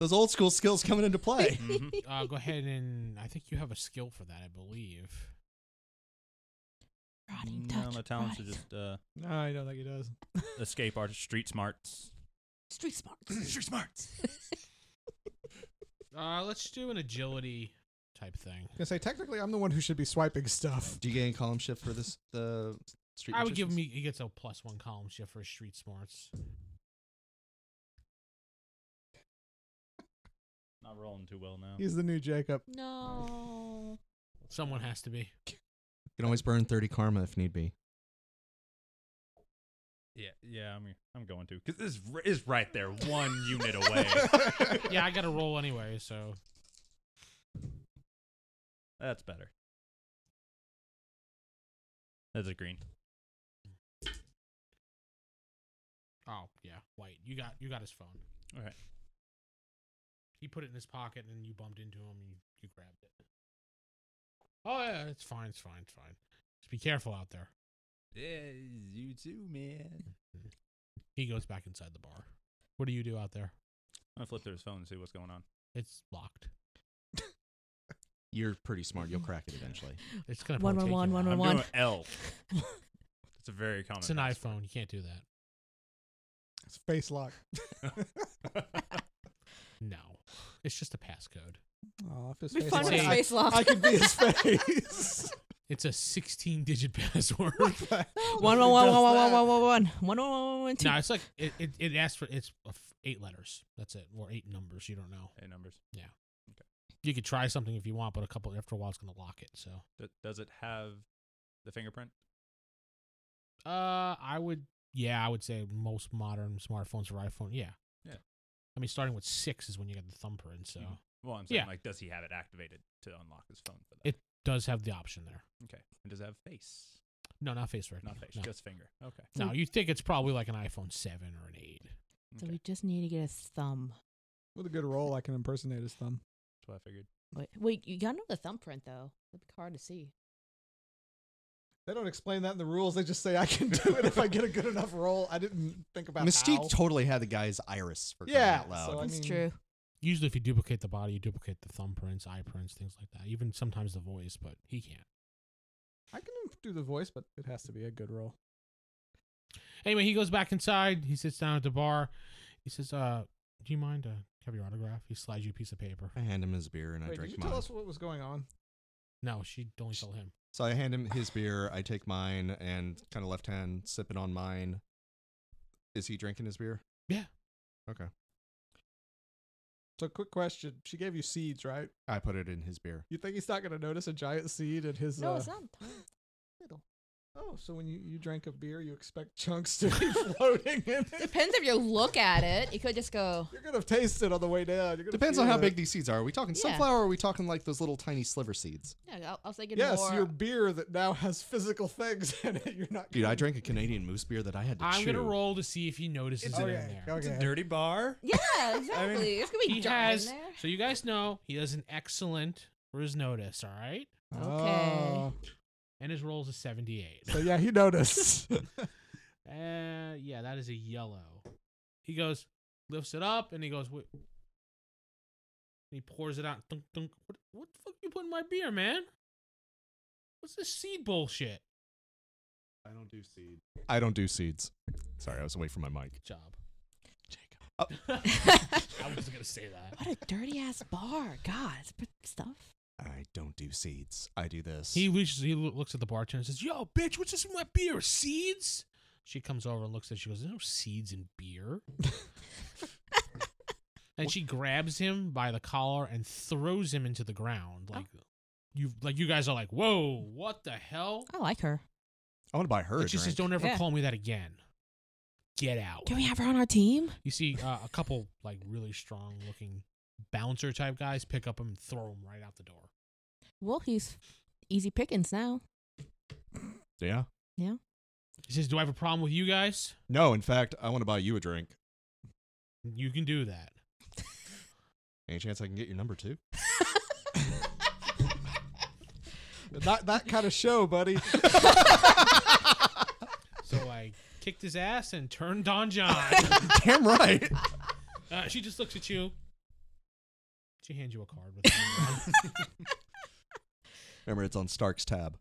Speaker 2: Those old school skills coming into
Speaker 5: [laughs]
Speaker 2: play.
Speaker 3: Mhm.
Speaker 1: Uh, go ahead and I think you have a skill for that. I believe.
Speaker 5: Rotting
Speaker 3: no,
Speaker 5: touch.
Speaker 3: my talents are
Speaker 5: [laughs] rotting-
Speaker 3: just uh,
Speaker 4: No, I don't think he does.
Speaker 3: escape artist, street smarts.
Speaker 5: street
Speaker 3: [clears throat]
Speaker 5: smarts.
Speaker 3: street smarts.
Speaker 1: Uh, let's do an agility type thing.
Speaker 4: I was gonna say technically, I'm the one who should be swiping stuff.
Speaker 2: Do you get any column shift for this? The street.
Speaker 1: I would give him.
Speaker 2: magicians?
Speaker 1: He gets a plus one column shift for his street smarts.
Speaker 3: Not rolling too well now.
Speaker 4: He's the new Jacob.
Speaker 5: no.
Speaker 1: Someone has to be.
Speaker 2: You can always burn thirty karma if need be.
Speaker 3: Yeah, yeah, I'm I'm going to because this r- is right there,
Speaker 1: [laughs]
Speaker 3: one unit [laughs] away.
Speaker 1: Yeah, I got to roll anyway. So
Speaker 3: That's better. That's a green.
Speaker 1: oh yeah, white. You got you got his phone.
Speaker 3: All right.
Speaker 1: He put it in his pocket, and you bumped into him. And you you grabbed it. Oh yeah, it's fine. It's fine. It's fine. Just be careful out there.
Speaker 3: Yeah, you too, man.
Speaker 1: He goes back inside the bar. What do you do out there?
Speaker 3: I'm gonna flip through his phone and see what's going on.
Speaker 1: It's locked.
Speaker 2: You're pretty smart. You'll crack it eventually.
Speaker 1: It's gonna
Speaker 5: One,
Speaker 1: probably
Speaker 5: one,
Speaker 1: take you
Speaker 5: one,
Speaker 1: a
Speaker 5: one,
Speaker 1: while.
Speaker 3: I'm
Speaker 5: one.
Speaker 3: doing
Speaker 1: [laughs]
Speaker 3: L. It's a very common.
Speaker 1: It's an
Speaker 3: password.
Speaker 1: iPhone. You can't do that.
Speaker 4: It's face lock.
Speaker 1: No, it's just a passcode.
Speaker 4: Oh, if his
Speaker 5: Be
Speaker 4: face
Speaker 5: fun
Speaker 4: lock-
Speaker 5: with
Speaker 1: lock.
Speaker 5: space lock.
Speaker 4: I, I could be his face. [laughs]
Speaker 1: It's a 16-digit [laughs] password.
Speaker 5: [laughs] One, one, one, one, one, one, one, one, one. One, one, one, one, one, two.
Speaker 1: no, it's like it, it, it asks for it's a f- eight letters. That's it, or eight numbers. You don't know.
Speaker 3: Hey, numbers.
Speaker 1: You could try something if you want, but a couple after a while, it's gonna lock it. So,
Speaker 3: D- does it have the fingerprint?
Speaker 1: uh, I would, yeah, I would say most modern smartphones or iPhone, yeah,
Speaker 3: Yeah.
Speaker 1: I mean, starting with six is when you get the thumbprint. So,
Speaker 3: Mhm. Well, I'm saying
Speaker 1: Yeah.
Speaker 3: like, does he have it activated to unlock his phone for that?
Speaker 1: It- does have the option there.
Speaker 3: okay. And does it have face?
Speaker 1: No, not face
Speaker 3: Not
Speaker 1: recognition.
Speaker 3: face,
Speaker 1: No.
Speaker 3: just Hmm. finger. Okay.
Speaker 1: No, you think it's probably like an iPhone seven or an eight.
Speaker 5: So
Speaker 3: okay.
Speaker 5: we just need to get a thumb.
Speaker 4: With a good roll, I can impersonate his thumb.
Speaker 3: That's what I figured.
Speaker 5: Wait, wait, you gotta know the thumbprint though. It'd be hard to see.
Speaker 4: They don't explain that in the rules. They just say I can [laughs] do it if I get a good enough roll. I didn't think about
Speaker 2: Mystique
Speaker 4: how.
Speaker 2: totally had the guy's iris for crying
Speaker 4: Yeah,
Speaker 2: out loud.
Speaker 4: so I
Speaker 5: That's
Speaker 4: mean- uh,
Speaker 5: true.
Speaker 1: Usually, if you duplicate the body, you duplicate the thumbprints, eye prints, things like that. Even sometimes the voice, but he can't.
Speaker 4: I can do the voice, but it has to be a good roll.
Speaker 1: Anyway, he goes back inside. He sits down at the bar. He says, "Uh, do you mind uh, have your autograph?" He slides you a piece of paper.
Speaker 2: I hand him his beer and I
Speaker 4: Wait, did
Speaker 2: drink
Speaker 4: you
Speaker 2: mine.
Speaker 4: tell us what was going on?
Speaker 1: No, she only told him.
Speaker 2: So I hand him his beer. I take mine and kind of left hand sipping on mine. Is he drinking his beer?
Speaker 1: Yeah.
Speaker 2: Okay.
Speaker 4: So, quick question: She gave you seeds, right?
Speaker 2: I put it in his beer.
Speaker 4: You think he's not going to notice a giant seed in his?
Speaker 5: No,
Speaker 4: uh,
Speaker 5: it's not. Tiny. Little.
Speaker 4: Oh, so when you, you drank a beer, you expect chunks to [laughs] be floating in it. [laughs]
Speaker 5: Depends if you look at it. You could just go.
Speaker 4: You're gonna taste it on the way down. You're gonna
Speaker 2: Depends on
Speaker 4: feel
Speaker 2: how
Speaker 4: it.
Speaker 2: big these seeds are. Are we talking
Speaker 5: Yeah.
Speaker 2: sunflower or are we talking like those little tiny sliver seeds?
Speaker 5: Yeah, I'll, I was thinking
Speaker 4: Yes,
Speaker 5: more.
Speaker 4: your beer that now has physical things in it. [laughs] You're not.
Speaker 2: Dude,
Speaker 4: gonna-
Speaker 2: I drank a Canadian moose beer that I had to
Speaker 1: I'm
Speaker 2: chew.
Speaker 1: gonna roll to see if he notices
Speaker 4: It's
Speaker 1: it
Speaker 4: Oh, okay.
Speaker 1: in there.
Speaker 3: It's a
Speaker 4: okay.
Speaker 3: dirty bar.
Speaker 5: [laughs] Yeah, exactly. it's gonna be
Speaker 1: He
Speaker 5: dry
Speaker 1: has.
Speaker 5: in there.
Speaker 1: So you guys know he does an excellent for his notice. All right,
Speaker 5: Okay.
Speaker 1: and his rolls is 78.
Speaker 4: Oh. so yeah, he noticed.
Speaker 1: Uh, yeah, that is a yellow. He goes, lifts it up, and he goes, "Wait." And he pours it out. Thunk, thunk. What, what the fuck you put in my beer, man? What's this seed bullshit?
Speaker 6: I don't do seed.
Speaker 2: I don't do seeds. Sorry, I was away from my mic.
Speaker 1: Good Job. Jacob.
Speaker 2: Oh.
Speaker 1: [laughs]
Speaker 5: [laughs]
Speaker 1: I was gonna say that.
Speaker 5: what a dirty ass bar. God, it's put stuff.
Speaker 2: I don't do seeds. I do this.
Speaker 1: He reaches. He loo- looks at the bartender and says, "Yo, bitch, what's this in my beer? Seeds?" She comes over and looks at. She goes, "There's no seeds in
Speaker 2: [laughs]
Speaker 1: beer." and she grabs him by the collar and throws him into the ground. Like
Speaker 2: Oh.
Speaker 1: you, like you guys are like, "Whoa, what the hell?"
Speaker 5: I like her.
Speaker 2: I want to buy her a
Speaker 1: And she says,
Speaker 2: drink.
Speaker 1: "Don't ever
Speaker 5: Yeah.
Speaker 1: call me that again. Get out."
Speaker 5: Can we have her on our team?
Speaker 1: You see uh, a couple like really strong looking bouncer type guys pick up him and throw him right out the door.
Speaker 5: Well, he's easy pickings [laughs] now.
Speaker 2: Yeah.
Speaker 1: He says, "Do I have a problem with you guys?"
Speaker 2: No, in fact, I want to buy you a drink.
Speaker 1: You can do that.
Speaker 2: Any chance I can get your number too?
Speaker 4: [laughs]
Speaker 5: [laughs]
Speaker 4: that that kind of show, buddy.
Speaker 1: So I [laughs] kicked his ass and turned on John.
Speaker 2: [laughs] Damn right.
Speaker 1: Uh, she just looks at you. She hands you a card with a number on it.
Speaker 2: Remember, it's on Stark's tab.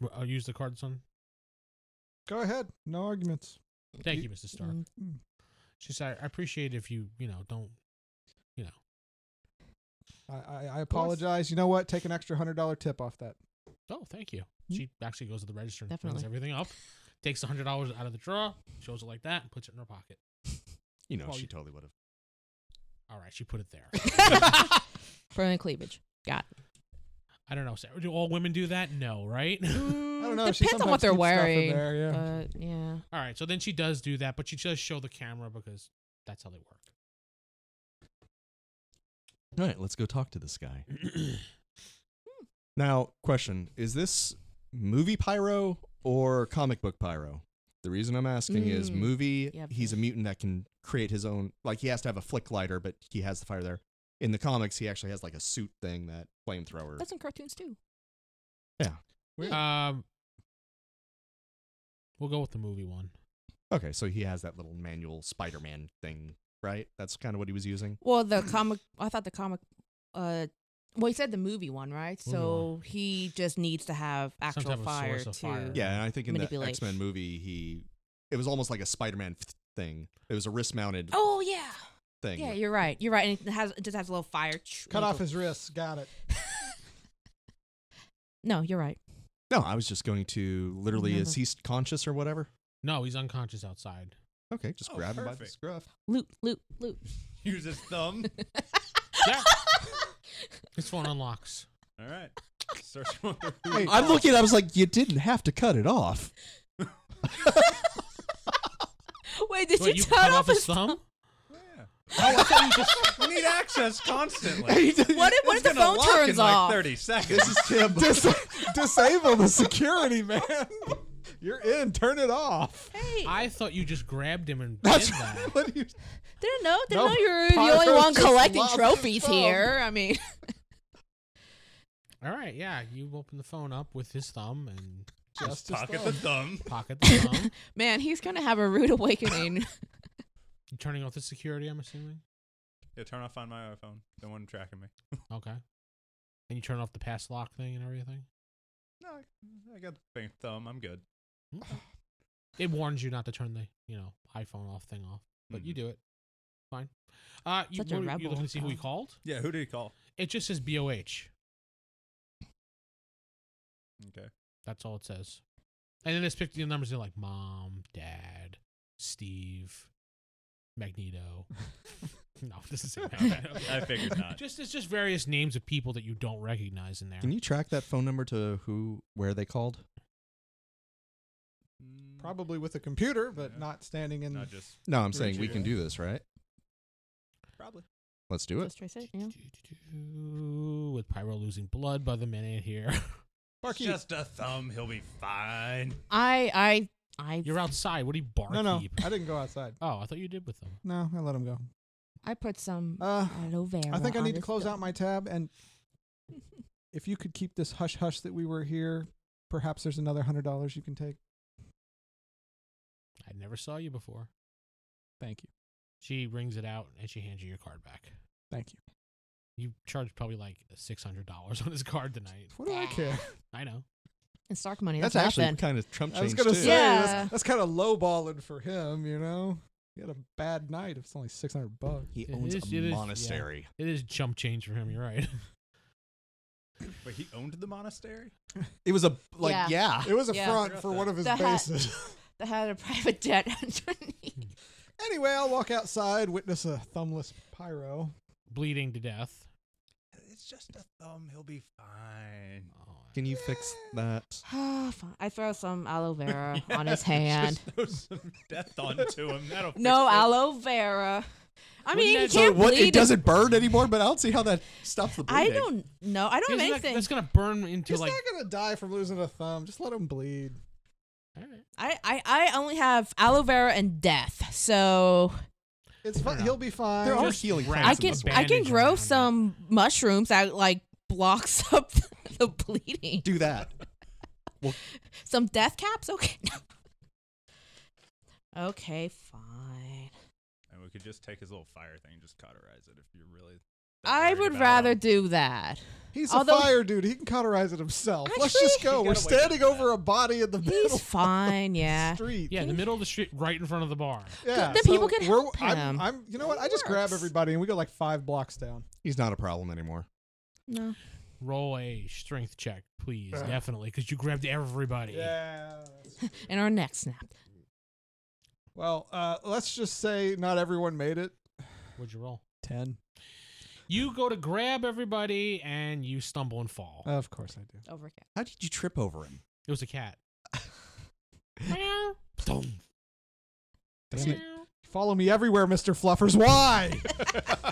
Speaker 1: Well, I'll [laughs] use the card, son.
Speaker 4: Go ahead. No arguments.
Speaker 1: Thank you, Mrs. Stark.
Speaker 5: Mm,
Speaker 1: She said, I appreciate if you, you know, don't, you know.
Speaker 4: I I, I apologize. You know what? Take an extra hundred dollar tip off that.
Speaker 1: Oh, thank you.
Speaker 5: Mm.
Speaker 1: She actually goes to the register and brings
Speaker 5: Definitely.
Speaker 1: everything up, takes the $100 out of the drawer, shows it like that, and puts it in her pocket.
Speaker 2: You know,
Speaker 1: Well,
Speaker 2: she
Speaker 1: you-
Speaker 2: totally would have.
Speaker 1: All right, she put it there.
Speaker 5: [laughs] For the cleavage. Got. it.
Speaker 1: I don't know. Sarah, Do all women do that? No, right? [laughs]
Speaker 4: I don't know. she
Speaker 5: Mm, Depends on
Speaker 4: sometimes
Speaker 5: what they're
Speaker 4: keeps stuff in
Speaker 5: wearing.
Speaker 4: there, yeah.
Speaker 5: But yeah.
Speaker 1: All right, so then she does do that, but she does show the camera because that's how they work.
Speaker 2: All right, let's go talk to this
Speaker 4: [clears throat]
Speaker 2: guy.
Speaker 4: Hmm.
Speaker 2: now, question Is this movie pyro or comic book pyro? The reason I'm asking is
Speaker 4: Hmm.
Speaker 5: Mm.
Speaker 2: movie,
Speaker 5: Yep.
Speaker 2: he's a mutant that can create his own, like, he has to have a flick lighter, but he has the fire there. In the comics, he actually has like a suit thing that flamethrower.
Speaker 5: That's in cartoons too.
Speaker 1: Um, we'll go with the movie one.
Speaker 2: Okay, so he has that little manual Spider Man thing, right? That's kind of what he was using.
Speaker 5: Well, the comic. I thought the comic. Uh, well, he said the movie one, right?
Speaker 1: Movie
Speaker 5: so he just needs to have actual
Speaker 1: type of
Speaker 5: fire
Speaker 1: source
Speaker 5: to.
Speaker 1: of fire.
Speaker 2: Yeah, and I think in the
Speaker 5: Manipulate.
Speaker 2: X Men movie, he it was almost like a Spider Man thing. It was a wrist mounted
Speaker 5: Oh yeah.
Speaker 2: thing.
Speaker 5: Yeah, you're right. You're right. And it has it just has a little fire. ch-
Speaker 4: Cut off
Speaker 5: little-
Speaker 4: his wrists. Got it.
Speaker 5: No, you're right.
Speaker 2: no, I was just going to literally is
Speaker 5: Remember.
Speaker 2: he conscious or whatever?
Speaker 1: No, he's unconscious
Speaker 5: [laughs]
Speaker 1: outside.
Speaker 2: Okay, just
Speaker 3: Oh,
Speaker 2: grab him by the
Speaker 3: perfect.
Speaker 2: scruff.
Speaker 5: Loot, loot, loot.
Speaker 3: Use his
Speaker 5: [laughs]
Speaker 3: thumb.
Speaker 1: Yeah. His phone unlocks.
Speaker 3: All right. Search for the
Speaker 4: Hey,
Speaker 2: I look at I was like, you didn't have to cut it [laughs] off.
Speaker 5: Wait,
Speaker 1: Wait,
Speaker 5: did you,
Speaker 1: you
Speaker 5: turn
Speaker 1: cut
Speaker 5: off his thumb?
Speaker 1: thumb?
Speaker 3: Yeah. Oh, I thought you just- we need access [laughs] constantly.
Speaker 5: [laughs] What if, what if
Speaker 3: It's
Speaker 5: the
Speaker 3: gonna
Speaker 5: phone
Speaker 3: lock
Speaker 5: turns
Speaker 3: in like
Speaker 5: off?
Speaker 3: 30 seconds.
Speaker 2: this is [laughs] Tim.
Speaker 4: disable the
Speaker 2: [laughs]
Speaker 4: security, man. You're in. Turn it off. [laughs]
Speaker 5: Hey,
Speaker 1: I thought you just grabbed him and
Speaker 4: That's
Speaker 1: did that.
Speaker 4: what you.
Speaker 5: didn't know. Didn't
Speaker 4: No,
Speaker 5: know you were the only
Speaker 4: Pyro
Speaker 5: one
Speaker 4: just
Speaker 5: collecting
Speaker 4: lost his
Speaker 5: trophies
Speaker 4: thumb.
Speaker 5: here. I mean,
Speaker 1: All right, yeah, you open the phone up with his thumb and
Speaker 4: Just
Speaker 3: [laughs]
Speaker 4: his
Speaker 3: Pocket the
Speaker 4: thumb.
Speaker 3: thumb.
Speaker 1: pocket the
Speaker 5: [laughs]
Speaker 1: thumb.
Speaker 5: man, he's gonna have a
Speaker 1: [laughs]
Speaker 5: rude [laughs] awakening.
Speaker 1: You're turning off the security, I'm assuming.
Speaker 3: Yeah, turn off on my iPhone. The one tracking me.
Speaker 1: Okay. And you turn off the pass lock thing and everything.
Speaker 3: No, I- I got the finger thumb. I'm good.
Speaker 1: Okay. It warns you not to turn the you know iPhone off thing off, but you
Speaker 3: Mhm.
Speaker 1: do it. Fine. Uh, you,
Speaker 5: Such a
Speaker 1: what- you
Speaker 5: rebel,
Speaker 1: looking to see who we
Speaker 5: God.
Speaker 1: called?
Speaker 3: Yeah, who did he call?
Speaker 1: It just says BOH.
Speaker 3: Okay.
Speaker 1: That's all it says. And then it's picking the numbers. They're like mom, dad, Steve, Magneto. no, it doesn't say Magneto.
Speaker 3: I figured [laughs] not.
Speaker 1: just it's just various names of people that you don't recognize in there.
Speaker 2: Can you track that phone number to who where they called?
Speaker 4: Probably with a computer, but
Speaker 3: Yeah.
Speaker 4: not standing in.
Speaker 3: Mm, Not just
Speaker 2: No, I'm saying
Speaker 3: Richard.
Speaker 2: we can do this, right?
Speaker 3: probably.
Speaker 2: Let's do it.
Speaker 5: Just trace it. Yeah.
Speaker 1: With Pyro losing blood by the minute here. [laughs]
Speaker 4: Barkeep.
Speaker 3: Just a thumb. He'll be fine.
Speaker 5: I I I
Speaker 1: You're outside. What do you barkeep?
Speaker 4: no, no, I didn't go outside.
Speaker 1: Oh, I thought you did with them.
Speaker 4: No, I let him go.
Speaker 5: I put some
Speaker 4: Uh,
Speaker 5: aloe vera.
Speaker 4: I think I
Speaker 5: on
Speaker 4: need to
Speaker 5: his
Speaker 4: close
Speaker 5: bill.
Speaker 4: out my tab. And
Speaker 5: [laughs]
Speaker 4: if you could keep this hush hush that we were here, perhaps there's another hundred dollars you can take.
Speaker 1: I never saw you before.
Speaker 4: Thank you.
Speaker 1: She rings it out and she hands you your card back.
Speaker 4: Thank you.
Speaker 1: You charged probably like six hundred dollars on his card tonight.
Speaker 4: What do I care?
Speaker 1: I know.
Speaker 5: And Stark money. That's,
Speaker 2: That's actually
Speaker 5: nothing.
Speaker 2: kind of Trump
Speaker 4: I was
Speaker 2: change
Speaker 4: gonna
Speaker 2: too.
Speaker 4: say
Speaker 5: Yeah.
Speaker 4: that's, that's kind of lowballing for him, you know. He had a bad night. If it's only six hundred bucks,
Speaker 2: he
Speaker 1: It is-
Speaker 2: owns
Speaker 1: it
Speaker 2: a
Speaker 1: is- yeah.
Speaker 2: monastery.
Speaker 1: It is jump change for him. You're right. [laughs]
Speaker 3: But he owned the monastery.
Speaker 2: It was a like
Speaker 5: Yeah.
Speaker 2: yeah.
Speaker 4: it was a
Speaker 5: Yeah.
Speaker 4: front for one of his
Speaker 5: [laughs] The hat.
Speaker 4: bases. [laughs]
Speaker 5: That had a [laughs] private jet underneath. [sighs]
Speaker 4: anyway, I'll walk outside, witness a thumbless pyro.
Speaker 1: Bleeding to death.
Speaker 3: It's just a thumb. He'll be fine.
Speaker 1: Oh,
Speaker 2: Can you fix that?
Speaker 5: Ah, fine. I throw some
Speaker 3: [laughs]
Speaker 4: [laughs]
Speaker 5: aloe vera on his hand.
Speaker 3: Just throw some death onto him.
Speaker 5: [laughs]
Speaker 3: That'll
Speaker 5: No
Speaker 3: fix it.
Speaker 5: aloe vera. I mean, he
Speaker 1: that-
Speaker 5: can't
Speaker 1: So
Speaker 2: What?
Speaker 5: bleed.
Speaker 2: It doesn't burn anymore, but I don't see how that stops the
Speaker 5: I
Speaker 2: bleeding.
Speaker 5: don't know. I
Speaker 1: Isn't
Speaker 5: don't have
Speaker 1: that-
Speaker 5: anything.
Speaker 1: that's gonna burn into
Speaker 4: He's
Speaker 1: like.
Speaker 4: not gonna die from losing a thumb. Just let him bleed.
Speaker 1: All right.
Speaker 5: I, I, I only have aloe vera and death. So
Speaker 4: It's fine.
Speaker 1: Yeah.
Speaker 4: He'll be fine.
Speaker 2: There are
Speaker 1: Just
Speaker 2: healing
Speaker 1: wrap
Speaker 5: I
Speaker 2: plants in
Speaker 5: can
Speaker 2: this
Speaker 1: a
Speaker 2: one.
Speaker 5: I can
Speaker 1: bandage
Speaker 5: grow
Speaker 1: around it.
Speaker 5: some mushrooms that like blocks [laughs] up the bleeding.
Speaker 2: do that.
Speaker 5: Some death caps, okay. [laughs] okay, fine.
Speaker 3: And we could just take his little fire thing and just cauterize it if you're really. that
Speaker 5: I
Speaker 3: worried
Speaker 5: would
Speaker 3: about
Speaker 5: rather
Speaker 3: him.
Speaker 5: do [laughs] that.
Speaker 4: He's
Speaker 5: Although-
Speaker 4: a fire dude. He can cauterize it himself. Let's
Speaker 5: Actually-
Speaker 4: just go.
Speaker 3: You
Speaker 4: We're
Speaker 3: gotta wait for
Speaker 4: standing
Speaker 3: that.
Speaker 4: over a body in the middle
Speaker 5: He's
Speaker 4: of
Speaker 5: fine,
Speaker 4: the
Speaker 5: [laughs] yeah.
Speaker 4: street.
Speaker 1: Yeah, in the middle of the street, right in front of the bar.
Speaker 4: Yeah,
Speaker 5: Then people can
Speaker 4: we're-
Speaker 5: help
Speaker 4: I'm,
Speaker 5: him.
Speaker 4: I'm, you know what?
Speaker 5: It
Speaker 4: I just grab
Speaker 5: works.
Speaker 4: everybody and we go like five blocks down.
Speaker 2: He's not a problem anymore.
Speaker 5: [laughs] No.
Speaker 1: Roll a strength check, please. Definitely, because you grabbed everybody.
Speaker 4: Uh. Yeah.
Speaker 5: And our neck snapped.
Speaker 4: Well, uh, let's just say not everyone made it.
Speaker 1: What'd you roll?
Speaker 4: Ten.
Speaker 1: You go to grab everybody and you stumble and fall.
Speaker 4: Of course I do.
Speaker 5: Overcast.
Speaker 2: How did you trip over him?
Speaker 1: it was a
Speaker 4: [laughs]
Speaker 1: cat.
Speaker 4: Damn it. Follow me everywhere, Mr. Fluffers. Why? [sighs]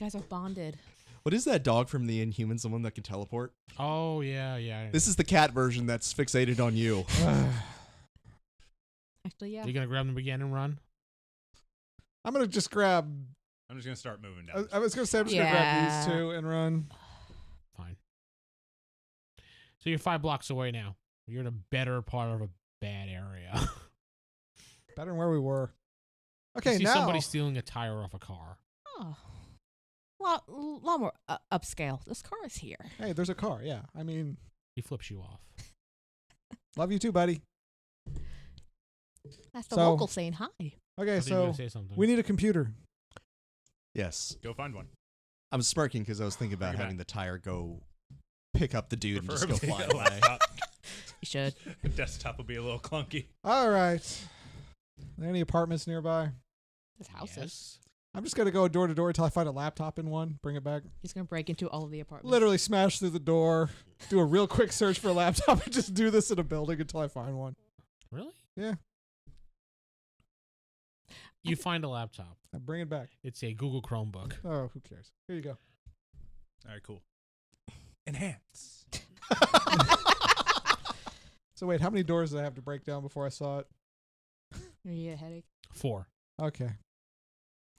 Speaker 5: You guys are bonded.
Speaker 2: What is that dog from the Inhumans? The one that can teleport.
Speaker 1: Oh yeah, yeah.
Speaker 2: This is the cat version that's fixated on you.
Speaker 5: Actually, yeah.
Speaker 1: You're gonna grab them again and run.
Speaker 4: I'm gonna just grab.
Speaker 3: I'm just gonna start moving down.
Speaker 4: I, I was gonna say I'm just gonna grab
Speaker 5: Yeah.
Speaker 4: these two and run.
Speaker 1: Fine. So you're five blocks away now. You're in a better part of a bad area. [laughs]
Speaker 4: Better than where we were.
Speaker 1: you
Speaker 4: Okay,
Speaker 1: see
Speaker 4: now
Speaker 1: somebody stealing a tire off a car.
Speaker 5: Oh. Lot, lot more uh, upscale. This car is here.
Speaker 4: hey, there's a car. Yeah, I mean,
Speaker 1: He flips you off.
Speaker 4: love you too, buddy.
Speaker 5: That's the
Speaker 4: So-
Speaker 5: local saying hi.
Speaker 1: I
Speaker 4: Okay,
Speaker 1: thought you were
Speaker 4: so
Speaker 1: gonna say something.
Speaker 4: we need a computer.
Speaker 2: Yes,
Speaker 3: Go find one.
Speaker 2: I'm smirking because I was thinking about
Speaker 3: Bring it
Speaker 2: having the tire go pick up the dude and just go
Speaker 3: Preferably
Speaker 2: fly
Speaker 3: a
Speaker 2: away.
Speaker 3: laptop. [laughs]
Speaker 5: You should.
Speaker 3: The desktop will be a little clunky.
Speaker 4: All right. Are there any apartments nearby?
Speaker 5: This house is.
Speaker 1: Yes.
Speaker 4: I'm just gonna go door to door till I find a laptop in one. Bring it back.
Speaker 5: He's going to break into all of the apartments.
Speaker 4: Literally smash through the door. Do a real quick search for a laptop and just do this in a building until I find one.
Speaker 1: Really?
Speaker 4: Yeah.
Speaker 1: You find a laptop.
Speaker 4: I bring it back.
Speaker 1: It's a Google Chromebook.
Speaker 4: Oh, who cares? Here you go.
Speaker 3: All right, cool.
Speaker 5: [laughs]
Speaker 3: Enhance.
Speaker 4: So wait, how many doors did I have to break down before I saw it?
Speaker 5: You get a headache.
Speaker 1: Four.
Speaker 4: Okay.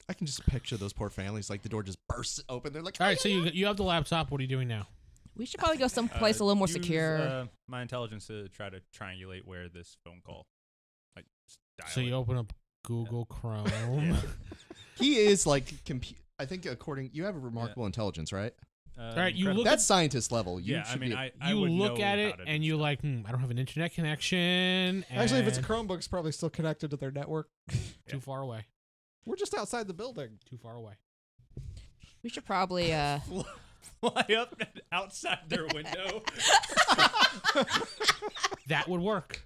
Speaker 2: I can just picture those poor families. Like the door just bursts open. They're like,
Speaker 1: All right. So you you have the laptop. What are you doing now?
Speaker 5: We should probably go someplace
Speaker 3: Uh,
Speaker 5: a little more
Speaker 3: use,
Speaker 5: secure.
Speaker 3: Uh, my intelligence to try to triangulate where this phone call, like, just dial
Speaker 1: So you
Speaker 3: it.
Speaker 1: open up Google Chrome.
Speaker 3: Yeah.
Speaker 2: he is like compute. I think according you have a remarkable intelligence, right?
Speaker 3: Uh,
Speaker 1: right, you
Speaker 3: incredible.
Speaker 1: Look at-
Speaker 2: That's scientist level. You
Speaker 3: yeah, I
Speaker 2: should
Speaker 3: mean,
Speaker 2: be-
Speaker 3: I, [laughs] I
Speaker 1: you
Speaker 3: would
Speaker 1: look
Speaker 3: know
Speaker 1: at
Speaker 3: how
Speaker 1: it
Speaker 3: to do [laughs]
Speaker 1: and you're
Speaker 3: stuff.
Speaker 1: like, hmm, I don't have an internet connection.
Speaker 4: Actually, if it's a
Speaker 1: and
Speaker 4: Chromebook, it's probably still connected to their network. [laughs]
Speaker 1: too far away,
Speaker 4: We're just outside the building.
Speaker 1: too far away.
Speaker 5: we should probably. uh
Speaker 3: fly up and outside their
Speaker 1: [laughs]
Speaker 3: window.
Speaker 1: That would work.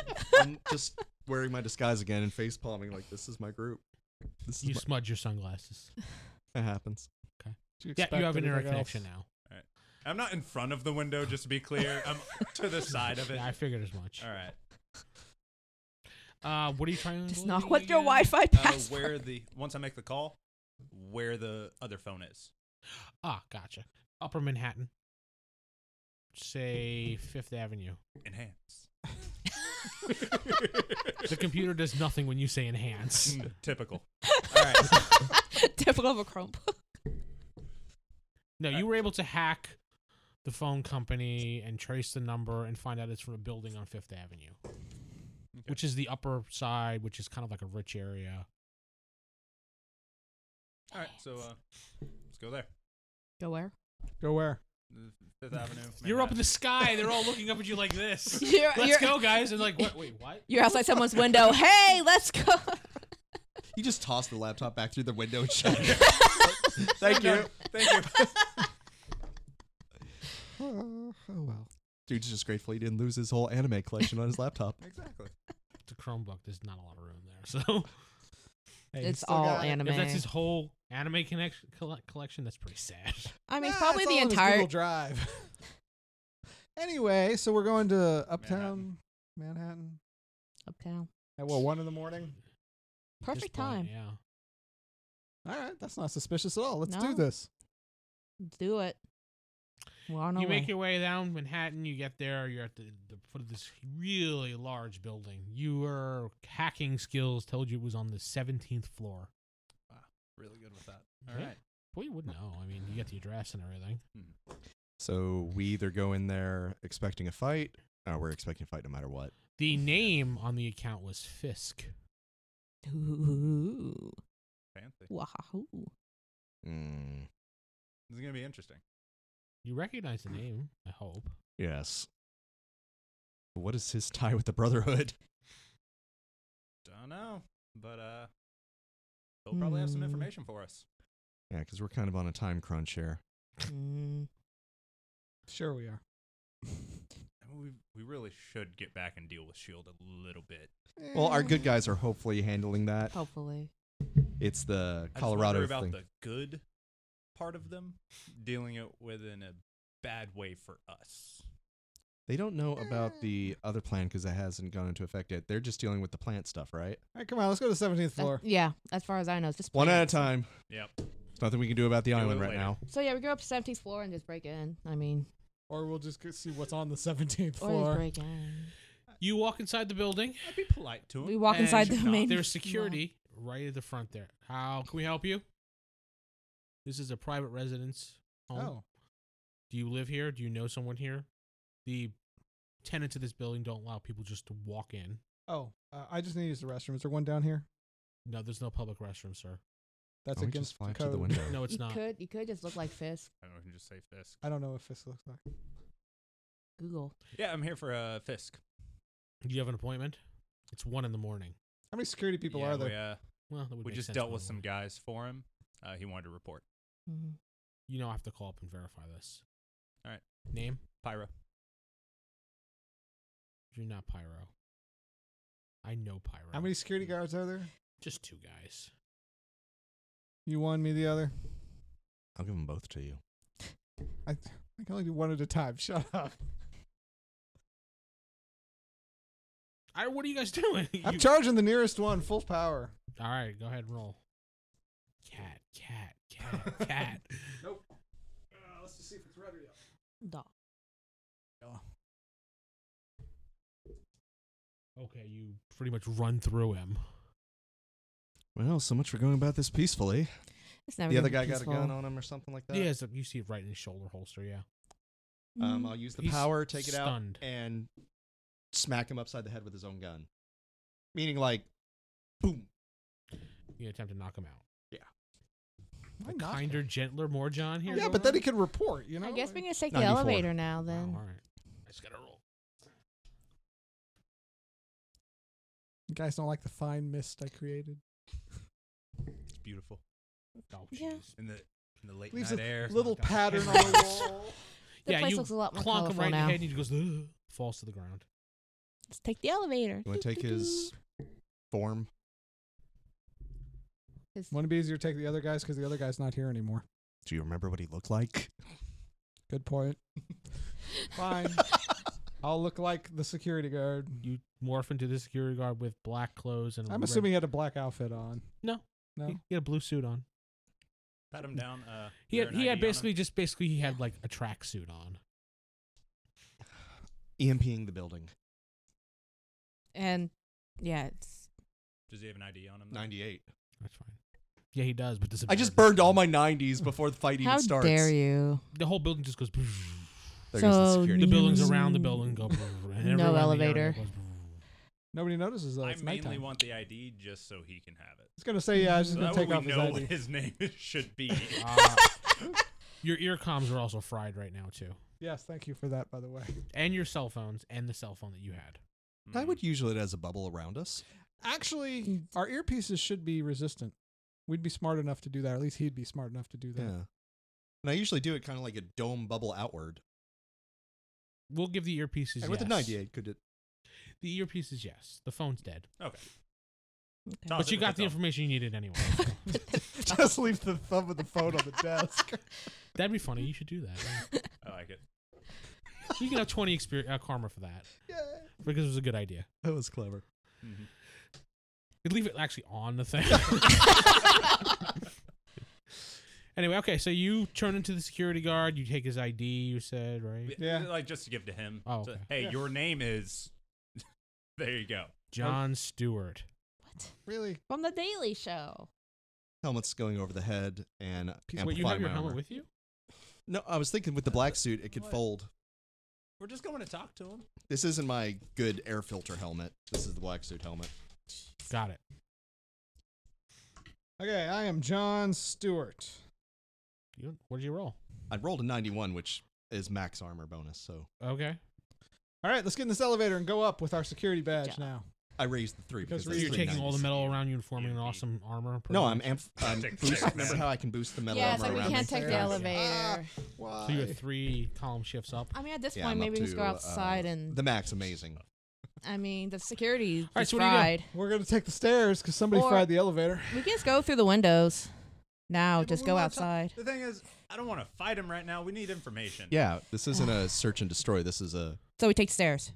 Speaker 2: [laughs] I'm just wearing my disguise again and face palming like this is my group. This
Speaker 1: You
Speaker 2: is
Speaker 1: smudge your sunglasses.
Speaker 2: what happens.
Speaker 4: Did
Speaker 1: Yeah, you
Speaker 4: expect
Speaker 1: have an
Speaker 4: anything
Speaker 1: internet
Speaker 4: else?
Speaker 1: connection now.
Speaker 3: I'm not in front of the window, just to be clear.
Speaker 1: [laughs]
Speaker 3: I'm to
Speaker 5: [laughs]
Speaker 3: the side of it.
Speaker 1: Yeah, I figured as much.
Speaker 3: All right.
Speaker 1: Uh, what are you trying to
Speaker 5: Just not with your Wi-Fi
Speaker 3: Uh,
Speaker 5: password.
Speaker 3: where the once I make the call, where the other phone is.
Speaker 1: Ah, gotcha. Upper Manhattan. Say Fifth Avenue.
Speaker 3: Enhance.
Speaker 1: The computer does nothing when you say
Speaker 3: [laughs]
Speaker 1: enhance.
Speaker 3: Mm, Typical. All right.
Speaker 5: [laughs] Typical of a Chromebook.
Speaker 1: No, you were able to hack the phone company and trace the number and find out it's from a building on Fifth Avenue, which is the upper side, which is kind of like a rich area.
Speaker 3: All right. So uh, let's go there.
Speaker 5: Go [laughs] where?
Speaker 4: Go where? [sighs]
Speaker 3: Fifth Avenue.
Speaker 1: You're up in the
Speaker 3: Manhattan.
Speaker 1: sky. They're all looking up at you like this.
Speaker 5: [laughs] You're,
Speaker 1: Let's
Speaker 5: you're-
Speaker 1: go, guys. And like, what? Wait, what?
Speaker 5: You're outside someone's [laughs] window. Hey, let's go.
Speaker 2: You just toss the laptop back through the window
Speaker 3: [laughs]
Speaker 2: and shut it. Thank
Speaker 3: No, Thank you.
Speaker 2: oh well. Dude's just grateful he didn't lose his whole anime collection on his laptop.
Speaker 3: [laughs] exactly.
Speaker 1: The Chromebook. There's not a lot of room there.
Speaker 3: [laughs]
Speaker 1: So
Speaker 4: Hey, you
Speaker 5: It's
Speaker 4: still
Speaker 5: all
Speaker 4: got it.
Speaker 5: anime.
Speaker 1: if that's his whole anime connection colle- collection, that's pretty sad. [laughs]
Speaker 5: I mean,
Speaker 4: Nah, Ah,
Speaker 5: probably
Speaker 4: it's
Speaker 5: the
Speaker 4: all in his
Speaker 5: entire.
Speaker 4: Google Drive. [laughs] anyway, so we're going to Uptown Manhattan.
Speaker 5: Uptown.
Speaker 4: at what one in the
Speaker 1: At
Speaker 4: morning?
Speaker 1: this
Speaker 5: Perfect
Speaker 1: point,
Speaker 5: time.
Speaker 1: Yeah.
Speaker 4: All right, that's not suspicious at all. Let's do
Speaker 5: No.
Speaker 4: this.
Speaker 5: Do it. We're on our
Speaker 1: you make
Speaker 5: way.
Speaker 1: your way down Manhattan. You get there. You're at the, the foot of this really large building. Your hacking skills told you it was on the 17th floor.
Speaker 3: Really good with that. All
Speaker 1: Yeah.
Speaker 3: right.
Speaker 1: Well, you would know. I mean, you get the address and everything.
Speaker 2: So we either go in there expecting a fight, or we're expecting a fight no matter what.
Speaker 5: [laughs]
Speaker 1: The name on the account was Fisk.
Speaker 5: [laughs] Ooh.
Speaker 3: Fancy.
Speaker 5: Wahoo.
Speaker 2: Mm,
Speaker 3: This is gonna be interesting.
Speaker 1: You recognize the name, I hope.
Speaker 2: yes. What is his tie with the Brotherhood? [laughs]
Speaker 3: Don't know, but uh, he'll probably have some
Speaker 5: Hmm.
Speaker 3: information for us.
Speaker 2: Yeah, because we're kind of on a time crunch here.
Speaker 5: Mm.
Speaker 4: Sure, we are.
Speaker 3: I mean, we we really should get back and deal with Shield E a little bit.
Speaker 2: Well, our good guys are hopefully handling that.
Speaker 5: [laughs] Hopefully.
Speaker 2: It's the
Speaker 3: I just wonder
Speaker 2: Colorado
Speaker 3: about
Speaker 2: thing.
Speaker 3: the good part of them dealing it with in a bad way for us.
Speaker 2: They don't know about the other plan because it hasn't gone into effect yet. They're just dealing with the plant stuff, right?
Speaker 4: All right, come on, let's go to seventeenth
Speaker 5: That-
Speaker 4: floor.
Speaker 5: yeah, as far as I know, it's just
Speaker 2: One at a
Speaker 5: plants.
Speaker 2: time.
Speaker 3: Yep.
Speaker 2: There's nothing we can do about the
Speaker 3: Deal
Speaker 2: island
Speaker 3: with it
Speaker 2: right
Speaker 3: later.
Speaker 2: now.
Speaker 5: So yeah, we go up to seventeenth floor and just break in. I mean,
Speaker 4: Or we'll just go see what's on the seventeenth
Speaker 5: or just
Speaker 4: floor.
Speaker 5: break in.
Speaker 1: You walk inside the
Speaker 5: [laughs]
Speaker 1: building.
Speaker 3: I'd be polite to him. Eh,
Speaker 5: We walk
Speaker 1: and
Speaker 5: inside the
Speaker 3: should not.
Speaker 5: main.
Speaker 1: There's security right at the front there. How can we help you? This is a private residence home.
Speaker 4: Oh,
Speaker 1: Do you live here? Do you know someone here? The tenants of this building don't allow people just to walk in.
Speaker 4: oh, uh, I just need to use the restroom. Is there one down here?
Speaker 1: No, there's no public restroom,
Speaker 3: [laughs]
Speaker 1: sir.
Speaker 4: That's
Speaker 2: Why don't Oh, we
Speaker 4: against
Speaker 2: just fly up to
Speaker 4: code.
Speaker 2: the window?
Speaker 1: No, it's
Speaker 5: you
Speaker 1: not.
Speaker 5: could you could just look like Fisk.
Speaker 3: I don't know, we can just say Fisk.
Speaker 4: I don't know what this looks like.
Speaker 5: Google.
Speaker 3: Yeah, I'm here for uh, Fisk.
Speaker 1: Do you have an appointment? It's one in the morning.
Speaker 4: How many security people
Speaker 3: Yeah,
Speaker 4: are there?
Speaker 3: We, uh,
Speaker 1: Well, that would
Speaker 3: we
Speaker 1: make
Speaker 3: just
Speaker 1: sense
Speaker 3: dealt
Speaker 1: one
Speaker 3: with
Speaker 1: in the
Speaker 3: some
Speaker 1: morning.
Speaker 3: guys for him. Uh, he wanted to report.
Speaker 5: Mhm.
Speaker 1: You know, I have to call up and verify this.
Speaker 3: All right.
Speaker 1: Name?
Speaker 3: Pyro.
Speaker 1: You're not Pyro. I know Pyro.
Speaker 4: How many security guards are there?
Speaker 1: Just two guys.
Speaker 4: You one, me the other.
Speaker 2: I'll give them both to you.
Speaker 4: I, I can only do one at a time. [laughs] Shut up.
Speaker 1: I, what are you guys [laughs] doing?
Speaker 4: I'm
Speaker 1: You-
Speaker 4: charging the nearest one full power.
Speaker 1: All right, go ahead and roll. Cat, cat,
Speaker 4: [laughs]
Speaker 1: cat, cat.
Speaker 4: Uh, let's just see if it's red or yellow.
Speaker 5: Dog.
Speaker 1: okay, you pretty much run through him.
Speaker 2: Well, so much for going about this peacefully.
Speaker 5: It's never
Speaker 2: the
Speaker 5: gonna
Speaker 2: other
Speaker 5: be
Speaker 2: guy
Speaker 5: peaceful.
Speaker 2: got a gun on him or something like that.
Speaker 1: yeah, so you see it right in his shoulder holster. Yeah.
Speaker 5: Mm-hmm.
Speaker 2: Um, I'll use the
Speaker 1: He's
Speaker 2: power, take it out,
Speaker 1: stunned.
Speaker 2: and smack him upside the head with his own gun. Meaning, like, boom.
Speaker 1: You attempt to knock him out.
Speaker 4: Why not?
Speaker 1: Kinder, gentler, more John here.
Speaker 4: Yeah,
Speaker 1: going
Speaker 4: but then
Speaker 1: on?
Speaker 4: he could report. uh, You know.
Speaker 5: I guess we
Speaker 4: like-
Speaker 5: can just take the
Speaker 2: 94.
Speaker 5: elevator now.
Speaker 1: Wow,
Speaker 5: Then
Speaker 1: all right. I just gotta roll.
Speaker 4: You guys don't like the fine mist I created.
Speaker 3: It's beautiful.
Speaker 1: Oh,
Speaker 5: Yeah.
Speaker 1: jeez.
Speaker 3: In the in the late
Speaker 4: Leaves
Speaker 3: night
Speaker 4: a
Speaker 3: air.
Speaker 4: Little
Speaker 3: God. [laughs]
Speaker 4: pattern on the [laughs] wall.
Speaker 5: the
Speaker 1: yeah,
Speaker 5: place
Speaker 1: you
Speaker 5: looks a lot more
Speaker 1: clonk
Speaker 5: colorful
Speaker 1: him right in
Speaker 5: now.
Speaker 1: the head, and he goes "Ugh," falls to the ground.
Speaker 5: Let's take the elevator.
Speaker 2: You want to take [laughs] his form?
Speaker 5: His-
Speaker 4: Wouldn't it be easier to take the other guys because the other guy's not here anymore.
Speaker 2: Do you remember what he looked like?
Speaker 4: Good point. Fine. I'll look like the security guard.
Speaker 1: You morph into the security guard with black clothes and. a
Speaker 4: I'm
Speaker 1: red-
Speaker 4: assuming he had a black outfit on.
Speaker 1: No.
Speaker 4: No.
Speaker 2: uh,
Speaker 1: He, he had a blue suit on.
Speaker 3: Pat him down. Uh,
Speaker 1: He
Speaker 3: is
Speaker 1: had
Speaker 3: there an
Speaker 1: he had
Speaker 3: ID on him?
Speaker 1: basically just basically he had like a tracksuit on.
Speaker 2: EMPing E the building.
Speaker 5: And yeah, it's
Speaker 3: Does he have an ID on him? though?
Speaker 2: 98.
Speaker 1: That's fine. Yeah, he does, but this.
Speaker 2: I just burned all my 90s before the fight even
Speaker 5: how
Speaker 2: starts.
Speaker 5: dare you?
Speaker 1: The whole building just goes. [laughs]
Speaker 2: There goes the
Speaker 5: So
Speaker 1: The
Speaker 2: security.
Speaker 5: new- [laughs]
Speaker 1: buildings
Speaker 5: Mm.
Speaker 1: around the building go. [laughs] and everywhere in the area
Speaker 5: elevator.
Speaker 1: goes [laughs]
Speaker 4: Nobody notices that.
Speaker 3: I
Speaker 4: It's
Speaker 3: mainly
Speaker 4: nighttime.
Speaker 3: want the ID just so he can have it.
Speaker 4: I was gonna say yeah. I was just
Speaker 3: So
Speaker 4: gonna
Speaker 3: that
Speaker 4: take
Speaker 3: way
Speaker 4: off
Speaker 3: we
Speaker 4: his
Speaker 3: know
Speaker 4: ID.
Speaker 3: what his [laughs] name should be.
Speaker 1: Uh, your ear comms are also fried right now too,
Speaker 4: Yes, thank you for that. By the way,
Speaker 1: and your cell phones and the cell phone that you had.
Speaker 3: Mm-hmm.
Speaker 2: I would usually it as a bubble around us.
Speaker 4: actually, our earpieces should be resistant. We'd be smart enough to do that. Or at least he'd be smart enough to do that.
Speaker 2: Yeah. And I usually do it kind of like a dome bubble outward.
Speaker 1: We'll give the earpieces.
Speaker 2: And with the
Speaker 1: yes.
Speaker 2: 98, could it? [laughs]
Speaker 1: the earpieces, yes. The phone's dead,
Speaker 3: Okay.
Speaker 5: Okay.
Speaker 2: Oh,
Speaker 3: Toss
Speaker 1: but
Speaker 3: it
Speaker 1: you
Speaker 3: with
Speaker 1: got the
Speaker 3: thumb.
Speaker 1: information you needed
Speaker 2: [laughs]
Speaker 1: anyway.
Speaker 2: Just leave the thumb of the phone [laughs] on the desk.
Speaker 1: That'd be funny. You should do that.
Speaker 2: [laughs]
Speaker 1: yeah.
Speaker 3: I like it.
Speaker 1: You can have twenty experience uh, karma for that because it was a good idea.
Speaker 2: That was clever.
Speaker 3: Mhm.
Speaker 1: You'd leave it actually on the
Speaker 2: [laughs]
Speaker 1: thing. [laughs] anyway, okay, so you turn into the security guard, you take his ID, you said, right?
Speaker 4: Yeah.
Speaker 3: Like just to give to him.
Speaker 1: Oh,
Speaker 3: So,
Speaker 1: okay.
Speaker 3: hey,
Speaker 4: Yeah.
Speaker 3: your name is. [laughs] there you go.
Speaker 1: John Stewart.
Speaker 5: What?
Speaker 4: Really?
Speaker 5: From the Daily Show.
Speaker 2: Helmet's going over the head and amplify
Speaker 1: Wait, you have
Speaker 2: my
Speaker 1: your helmet
Speaker 2: armor.
Speaker 1: with you?
Speaker 2: No, I was thinking with the black suit, it could
Speaker 3: What?
Speaker 2: fold.
Speaker 3: We're just going to talk to him.
Speaker 2: This isn't my good air filter helmet. This is the black suit helmet.
Speaker 1: Got it.
Speaker 4: Okay, I am John Stewart.
Speaker 1: You what did you roll?
Speaker 2: I rolled a 91, which is max armor bonus, so
Speaker 1: Okay.
Speaker 4: All right, let's get in this elevator and go up with our security badge
Speaker 5: Yeah.
Speaker 4: now.
Speaker 2: I raised the three because,
Speaker 4: Because
Speaker 1: So
Speaker 2: that's
Speaker 1: you're
Speaker 2: three
Speaker 1: taking all the
Speaker 2: 90s.
Speaker 1: metal around you and forming an
Speaker 3: Yeah.
Speaker 1: awesome armor. pretty
Speaker 2: No,
Speaker 1: much?
Speaker 2: I'm amp. I'm
Speaker 3: Take
Speaker 2: boost.
Speaker 3: six.
Speaker 2: Remember how I can boost the metal
Speaker 5: yeah,
Speaker 2: armor
Speaker 5: so we
Speaker 2: around?
Speaker 5: can't
Speaker 2: me?
Speaker 5: take the
Speaker 4: Yeah.
Speaker 5: elevator.
Speaker 1: Ah.
Speaker 2: Why?
Speaker 1: So you have three column shifts up.
Speaker 5: I mean, at this
Speaker 2: Yeah,
Speaker 5: point,
Speaker 2: I'm up
Speaker 5: maybe we just
Speaker 2: to,
Speaker 5: go
Speaker 2: uh,
Speaker 5: outside and.
Speaker 2: the max amazing.
Speaker 5: I mean, the security
Speaker 1: right,
Speaker 5: is
Speaker 1: so what do you do?
Speaker 5: fried.
Speaker 4: We're gonna take the stairs because somebody
Speaker 5: Or-
Speaker 4: fried the elevator.
Speaker 5: We can just go through the windows. Now,
Speaker 3: Yeah, but
Speaker 5: Oh, just
Speaker 3: we
Speaker 5: go
Speaker 3: wanna talk-
Speaker 5: outside.
Speaker 3: The thing is, I don't want to fight him right now. We need information.
Speaker 2: Yeah, this isn't a search and destroy. This is a
Speaker 5: So we take stairs.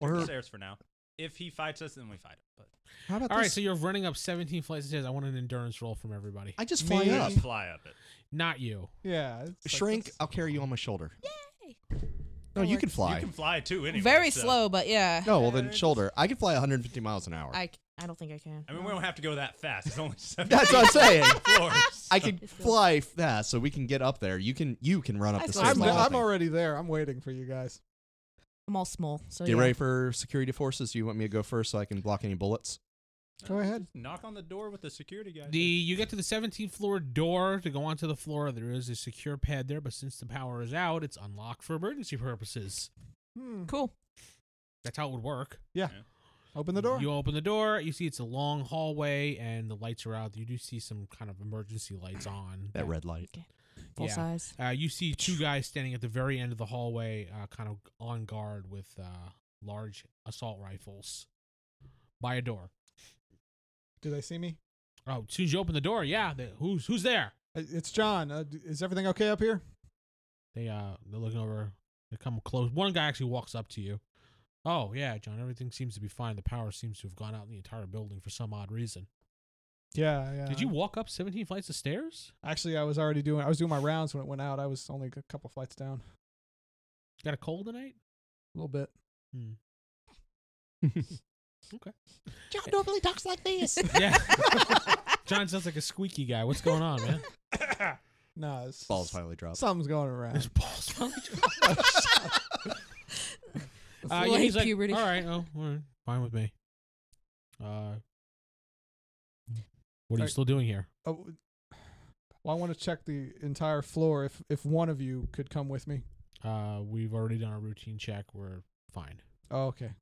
Speaker 3: Or
Speaker 2: or
Speaker 3: stairs for now. If he fights us, then we fight him. But
Speaker 4: How about
Speaker 1: All right,
Speaker 4: this?
Speaker 1: so you're running up 17 flights of stairs. I want an endurance roll from everybody.
Speaker 2: I just
Speaker 4: Me-
Speaker 2: fly up,
Speaker 3: just fly up it.
Speaker 1: Not you.
Speaker 4: yeah, it's like,
Speaker 2: shrink.
Speaker 4: let's-
Speaker 2: I'll carry you on my shoulder.
Speaker 5: Yay.
Speaker 2: No,
Speaker 5: That
Speaker 2: you can
Speaker 5: works.
Speaker 2: fly.
Speaker 3: You can fly too, anyway.
Speaker 5: Very
Speaker 3: so-
Speaker 5: slow, but yeah.
Speaker 2: No, well
Speaker 3: Yeah,
Speaker 2: then
Speaker 3: just-
Speaker 2: shoulder. I can fly 150 miles an hour.
Speaker 5: I, c- I don't think I can.
Speaker 3: I mean, we don't have to go that fast. It's only [laughs] seven.
Speaker 2: That's what I'm saying. [laughs]
Speaker 3: floors.
Speaker 2: I could
Speaker 5: Just go.
Speaker 2: fly fast, so we can get up there. You can you can run up
Speaker 5: I
Speaker 2: the
Speaker 5: fly
Speaker 2: stairs.
Speaker 4: I'm,
Speaker 5: small.
Speaker 2: myself.
Speaker 4: I'm already there. I'm waiting for you guys.
Speaker 5: I'm all small. So
Speaker 2: Get
Speaker 5: yeah.
Speaker 2: ready for security forces. Do you want me to go first so I can block any bullets?
Speaker 4: Go ahead.
Speaker 3: Knock on the door with the security guy.
Speaker 1: The
Speaker 3: [laughs]
Speaker 1: you get to the 17th floor door to go onto the floor. There is a secure pad there, but since the power is out, it's unlocked for emergency purposes.
Speaker 4: Hmm.
Speaker 5: Cool.
Speaker 1: That's how it would work.
Speaker 4: Open the door.
Speaker 1: You open the door. You see it's a long hallway, and the lights are out. You do see some kind of emergency lights on.
Speaker 2: That red light.
Speaker 5: Full
Speaker 1: Yeah.
Speaker 5: size.
Speaker 1: Uh, you see two guys standing at the very end of the hallway, uh, kind of on guard with uh, large assault rifles by a door.
Speaker 4: Do they see me?
Speaker 1: Oh, as soon as you open the door, yeah, they, who's who's there?
Speaker 4: Uh, It's John. Uh, d- is everything okay up here?
Speaker 1: They uh they're looking over. They come close. One guy actually walks up to you. Oh yeah, John. Everything seems to be fine. The power seems to have gone out in the entire building for some odd reason.
Speaker 4: Yeah, yeah.
Speaker 1: Did you walk up 17 flights of stairs?
Speaker 4: Actually, I was already doing. I was doing my rounds when it went out. I was only a couple flights down.
Speaker 1: Got a cold tonight?
Speaker 4: A little bit.
Speaker 1: Hmm.
Speaker 2: John normally talks like
Speaker 4: [laughs]
Speaker 2: this.
Speaker 1: [laughs] Yeah. John sounds like a squeaky guy. What's going on, man?
Speaker 4: No, it's,
Speaker 2: Balls finally dropped.
Speaker 4: something's going
Speaker 1: His
Speaker 4: around.
Speaker 1: balls. [laughs]
Speaker 5: [laughs]
Speaker 1: uh, yeah,
Speaker 5: Late
Speaker 1: he's like,
Speaker 5: puberty.
Speaker 1: all right, oh, all right, fine with me. Uh, what are you
Speaker 4: Alright.
Speaker 1: still doing here?
Speaker 4: Oh, w- [sighs] well, I want to check the entire floor. If if one of you could come with me.
Speaker 1: Uh, we've already done a routine check. We're fine.
Speaker 4: Oh, okay.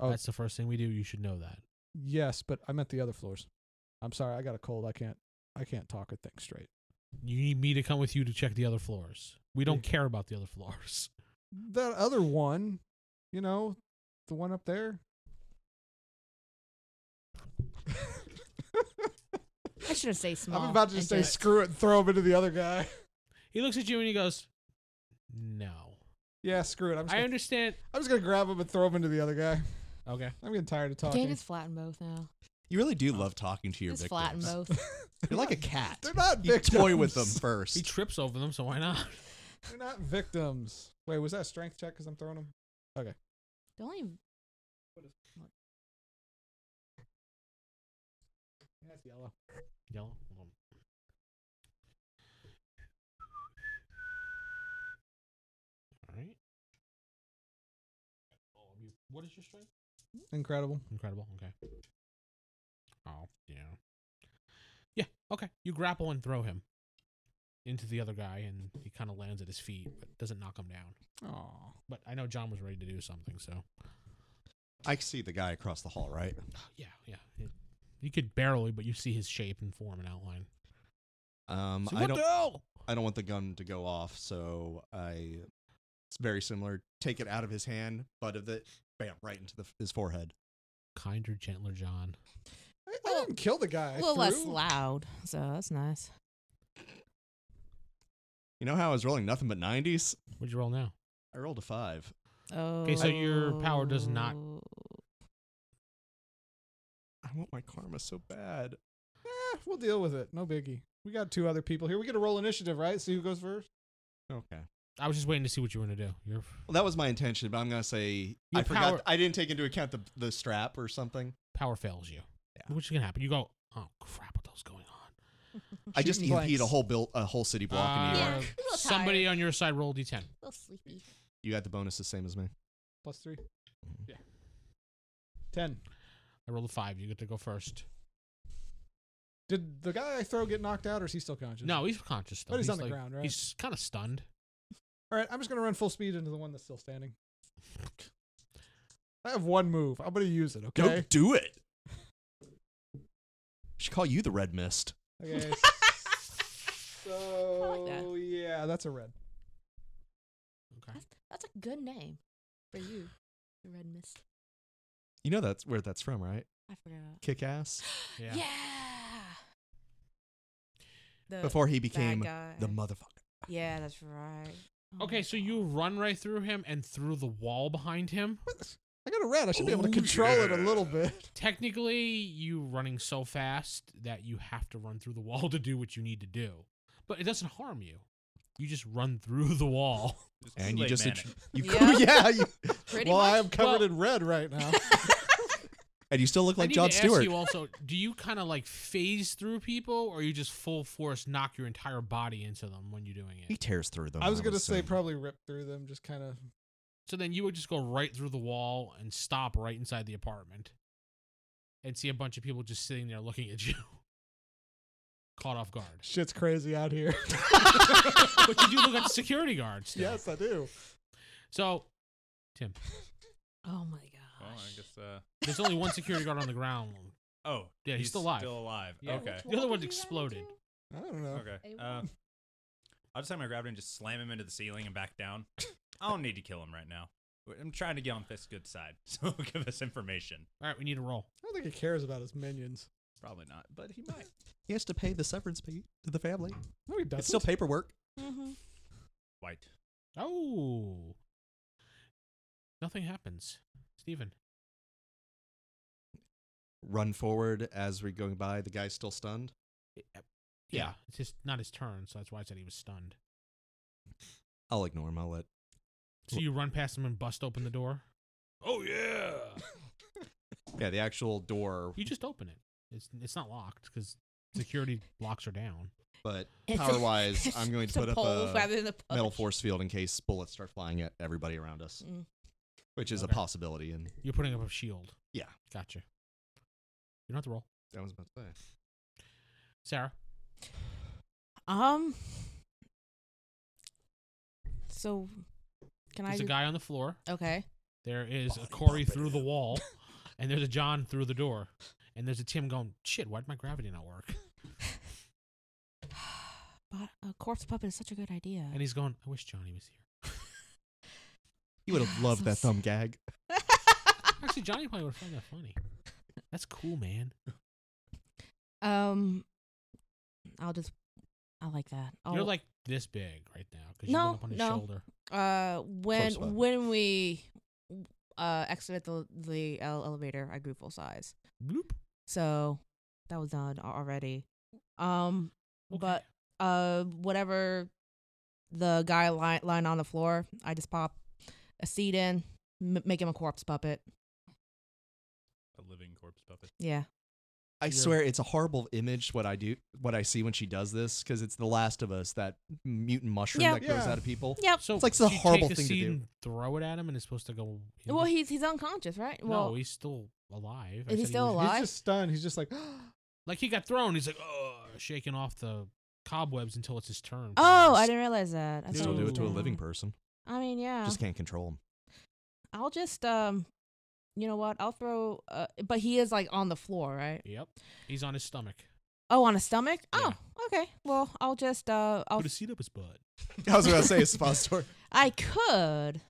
Speaker 4: Oh.
Speaker 1: That's the first thing we do. You should know that.
Speaker 4: Yes, but I meant the other floors. I'm sorry. I got a cold. I can't. I can't talk or think straight.
Speaker 1: You need me to come with you to check the other floors. We don't care about the other floors. [laughs]
Speaker 4: That other one, you know, the one up there. [laughs]
Speaker 5: I should have stayed small.
Speaker 4: I'm about to
Speaker 5: and
Speaker 4: just say screw it and throw him into the other guy.
Speaker 1: He looks at you and he goes, No.
Speaker 4: [laughs] Yeah, screw it. I'm just,
Speaker 1: I
Speaker 4: gonna,
Speaker 1: understand.
Speaker 4: I'm just gonna grab him and throw him into the other guy.
Speaker 1: Okay.
Speaker 4: I'm getting tired of talking.
Speaker 5: Dana's flattened both now.
Speaker 2: You really do love talking to your
Speaker 5: Just
Speaker 2: [laughs]
Speaker 5: flatten
Speaker 2: victims.
Speaker 5: both.
Speaker 4: [laughs]
Speaker 2: You're like a cat.
Speaker 4: They're not
Speaker 2: You
Speaker 4: victims.
Speaker 2: toy with them
Speaker 1: He
Speaker 2: first.
Speaker 1: trips over them, so why not?
Speaker 4: They're not victims. Wait, was that a strength check? Because I'm throwing them.
Speaker 5: The only
Speaker 4: That's yellow.
Speaker 1: Yellow. All right. Oh, What is your strength?
Speaker 4: Incredible.
Speaker 1: Incredible. Okay. Oh yeah. Yeah. Okay. You grapple and throw him into the other guy, and he kind of lands at his feet, but doesn't knock him down.
Speaker 4: Aw.
Speaker 1: But I know John was ready to do something, so
Speaker 2: I see the guy across the hall, right?
Speaker 1: yeah, yeah. It, you could barely, but you see his shape and form and outline.
Speaker 2: Um,
Speaker 1: So
Speaker 2: I
Speaker 1: what
Speaker 2: don't.
Speaker 1: the hell?
Speaker 2: I don't want the gun to go off, so I. It's very similar. Take it out of his hand, butt of it, bam, right into the, his forehead.
Speaker 1: Kinder, gentler John.
Speaker 4: I, I didn't kill the guy.
Speaker 5: a little less
Speaker 4: Threw.
Speaker 5: loud, so that's nice.
Speaker 2: You know how I was rolling nothing but nineties?
Speaker 1: What'd you roll now?
Speaker 2: I rolled a five.
Speaker 5: Oh.
Speaker 1: so your power does not-
Speaker 2: I want my karma so bad.
Speaker 4: Eh, we'll deal with it. No biggie. We got two other people here. We get to roll initiative, right? See who goes first.
Speaker 2: Okay.
Speaker 1: I was just waiting to see what you were gonna do. You're
Speaker 2: Well, that was my intention, but I'm gonna say I
Speaker 1: Your
Speaker 2: forgot.
Speaker 1: power-
Speaker 2: I didn't take into account the the strap or something.
Speaker 1: power fails you.
Speaker 2: Yeah.
Speaker 1: Which is gonna happen. You go, oh crap, what the hell's going on?
Speaker 2: I just
Speaker 4: Shooting
Speaker 2: EMP'd a
Speaker 4: blanks.
Speaker 2: whole built a whole city block in New
Speaker 1: Uh,
Speaker 2: York.
Speaker 5: Yeah, a little tired.
Speaker 1: Somebody on your side roll d10.
Speaker 5: A
Speaker 4: [laughs]
Speaker 5: little sleepy.
Speaker 2: You got the bonus the same as me.
Speaker 4: Plus three. Yeah. Ten.
Speaker 1: I rolled a five. You get to go first.
Speaker 4: Did the guy I throw get knocked out, or is he still conscious?
Speaker 1: No, he's conscious though.
Speaker 4: But he's on the ground, right?
Speaker 1: He's kind of
Speaker 5: [laughs]
Speaker 1: stunned.
Speaker 4: All right, I'm just gonna run full speed into the one that's still standing. I have one move. I'm gonna use it.
Speaker 2: Go
Speaker 4: Okay.
Speaker 2: do it. Should call you the Red Mist.
Speaker 4: [laughs] Okay.
Speaker 5: [laughs]
Speaker 4: s-
Speaker 5: like that.
Speaker 4: so yeah, that's a red.
Speaker 1: Okay.
Speaker 5: That's, that's a good name for you, the Red Mist.
Speaker 2: You know that's where that's from, right?
Speaker 5: I forgot.
Speaker 2: Kick ass.
Speaker 1: Yeah.
Speaker 5: The
Speaker 2: Before he
Speaker 5: bad
Speaker 2: became
Speaker 5: guy.
Speaker 2: the motherfucker.
Speaker 5: yeah, that's right. Oh
Speaker 1: Okay,
Speaker 5: my
Speaker 1: so you
Speaker 5: God.
Speaker 1: run right through him and through the wall behind him.
Speaker 4: What? I got a red. I should be able to
Speaker 2: Oh,
Speaker 4: control it a little bit.
Speaker 1: Technically, you running so fast that you have to run through the [laughs] wall to do what you need to do. But it doesn't harm you. You just run through [laughs] the wall.
Speaker 2: [laughs]
Speaker 3: Just
Speaker 2: And you
Speaker 3: late
Speaker 2: just
Speaker 3: manic. [laughs]
Speaker 2: int- you
Speaker 5: Yeah.
Speaker 2: yeah, [laughs] yeah you,
Speaker 5: Pretty
Speaker 4: Well, I
Speaker 5: much.
Speaker 4: am covered
Speaker 1: Well-
Speaker 4: in red right now.
Speaker 2: and you still look
Speaker 1: I
Speaker 2: like
Speaker 1: need
Speaker 2: John
Speaker 1: to
Speaker 2: Stewart.
Speaker 1: Ask you also, do you kind of like phase through people, or you just full force knock your entire body into them when you're doing
Speaker 2: He
Speaker 1: it?
Speaker 2: tears through them.
Speaker 4: I was gonna
Speaker 2: would
Speaker 4: say
Speaker 2: assume.
Speaker 4: probably rip through them, just kind of.
Speaker 1: So then you would just go right through the wall and stop right inside the apartment, and see a bunch of people just sitting there looking at [laughs] you, caught off guard.
Speaker 2: [laughs]
Speaker 4: Shit's crazy out here. [laughs]
Speaker 1: but you do look at the security guards. still.
Speaker 4: yes, I do.
Speaker 1: So
Speaker 5: oh my
Speaker 3: Well, I
Speaker 5: gosh.
Speaker 3: guess. Uh,
Speaker 1: there's only one security guard on the ground.
Speaker 3: oh,
Speaker 1: Yeah, he's still alive.
Speaker 3: Still alive.
Speaker 1: Yeah.
Speaker 3: Okay.
Speaker 1: The other one's exploded.
Speaker 4: I don't know.
Speaker 3: Okay.
Speaker 5: A
Speaker 3: Uh,
Speaker 5: one.
Speaker 3: I'll just have my gravity and just slam him into the ceiling and back down. I don't need to kill him right now. We're- I'm trying to get on Fist's good side, [laughs] so give us information.
Speaker 1: All right, we need a roll.
Speaker 4: I don't think he cares about his minions.
Speaker 3: Probably not, but he might.
Speaker 2: he has to pay the severance pay to the family.
Speaker 4: No, he doesn't.
Speaker 2: It's still paperwork.
Speaker 5: Mhm.
Speaker 3: White.
Speaker 1: Oh, nothing happens, Steven.
Speaker 2: Run forward as we're going by. The guy's still stunned.
Speaker 1: uh, Yeah, it's his not his turn, so that's why I said he was stunned.
Speaker 2: I'll ignore him. I'll let.
Speaker 1: So you run past him and bust open the door. Oh yeah!
Speaker 2: Yeah, the actual door,
Speaker 1: You just open it. It's it's not locked because security locks are down.
Speaker 5: [laughs]
Speaker 2: but power wise, I'm going to
Speaker 5: Some
Speaker 2: put up
Speaker 5: poles
Speaker 2: a
Speaker 5: rather than a
Speaker 2: metal
Speaker 5: push.
Speaker 2: force field in case bullets start flying at everybody around us,
Speaker 5: Mm.
Speaker 2: which is
Speaker 1: Okay.
Speaker 2: a possibility. And
Speaker 1: You're putting up a shield.
Speaker 2: Yeah.
Speaker 1: gotcha. You don't have to roll,
Speaker 2: I was about to say.
Speaker 1: Sarah.
Speaker 5: Um. So, can I?
Speaker 1: There's a
Speaker 5: do-
Speaker 1: guy on the floor.
Speaker 5: okay.
Speaker 1: There is a
Speaker 2: Body
Speaker 1: Corey
Speaker 2: pump it
Speaker 1: through the
Speaker 2: up.
Speaker 1: wall, and there's a John through the door, and there's a Tim going, "Shit, why'd my gravity not work?"
Speaker 5: But a corpse puppet is such a good idea.
Speaker 1: And he's going, "I wish Johnny was here."
Speaker 2: [laughs] You would have loved
Speaker 5: So
Speaker 2: that
Speaker 5: sad.
Speaker 2: thumb gag.
Speaker 1: [laughs] Actually, Johnny probably would find that funny. That's cool, man.
Speaker 5: um, I'll just I like that.
Speaker 1: You're
Speaker 5: I'll-
Speaker 1: like this big right now because you
Speaker 5: No,
Speaker 1: went up on his
Speaker 5: no.
Speaker 1: shoulder.
Speaker 5: uh when
Speaker 2: Close by.
Speaker 5: when we uh exited the the ele- elevator, I grew full size.
Speaker 1: Bloop.
Speaker 5: So that was done al- already. Um
Speaker 1: Okay.
Speaker 5: but uh whatever the guy lying, lying on the floor, I just pop a seat in, m- make him a corpse puppet.
Speaker 3: A living corpse puppet.
Speaker 5: Yeah.
Speaker 2: I
Speaker 1: You're-
Speaker 2: swear it's a horrible image what I do what I see when she does this because it's the Last of Us that mutant mushroom
Speaker 5: Yeah.
Speaker 2: that grows
Speaker 4: Yeah.
Speaker 2: out of people.
Speaker 5: Yep.
Speaker 1: so
Speaker 2: it's like the
Speaker 1: you
Speaker 2: horrible
Speaker 1: take
Speaker 2: thing to
Speaker 1: seed
Speaker 2: do.
Speaker 1: and Throw it at him, and it's supposed to go. in
Speaker 5: Well,
Speaker 1: the-
Speaker 5: he's he's unconscious, right? Well,
Speaker 1: no, he's still alive. I
Speaker 5: Is he
Speaker 1: said
Speaker 5: still
Speaker 1: was-
Speaker 5: alive? Why?
Speaker 4: He's just stunned. He's just like, [gasps]
Speaker 1: Like he got thrown. He's like, oh, shaking off the cobwebs until it's his turn.
Speaker 5: oh, I didn't realize that. I
Speaker 1: You
Speaker 5: thought
Speaker 1: can
Speaker 2: Still
Speaker 5: he
Speaker 2: do
Speaker 5: was
Speaker 2: it to a
Speaker 5: down.
Speaker 2: living person.
Speaker 5: I mean, yeah.
Speaker 2: Just can't control
Speaker 5: [laughs]
Speaker 2: them.
Speaker 5: I'll just um, you know what? I'll throw. Uh, but he is like on the floor, right?
Speaker 1: Yep, he's on his stomach.
Speaker 5: Oh, on his stomach.
Speaker 1: Yeah.
Speaker 5: Oh, okay. Well, I'll just uh, I'll
Speaker 1: Put a seed up his butt.
Speaker 2: I was gonna say a suppository.
Speaker 5: I could.
Speaker 2: Oh.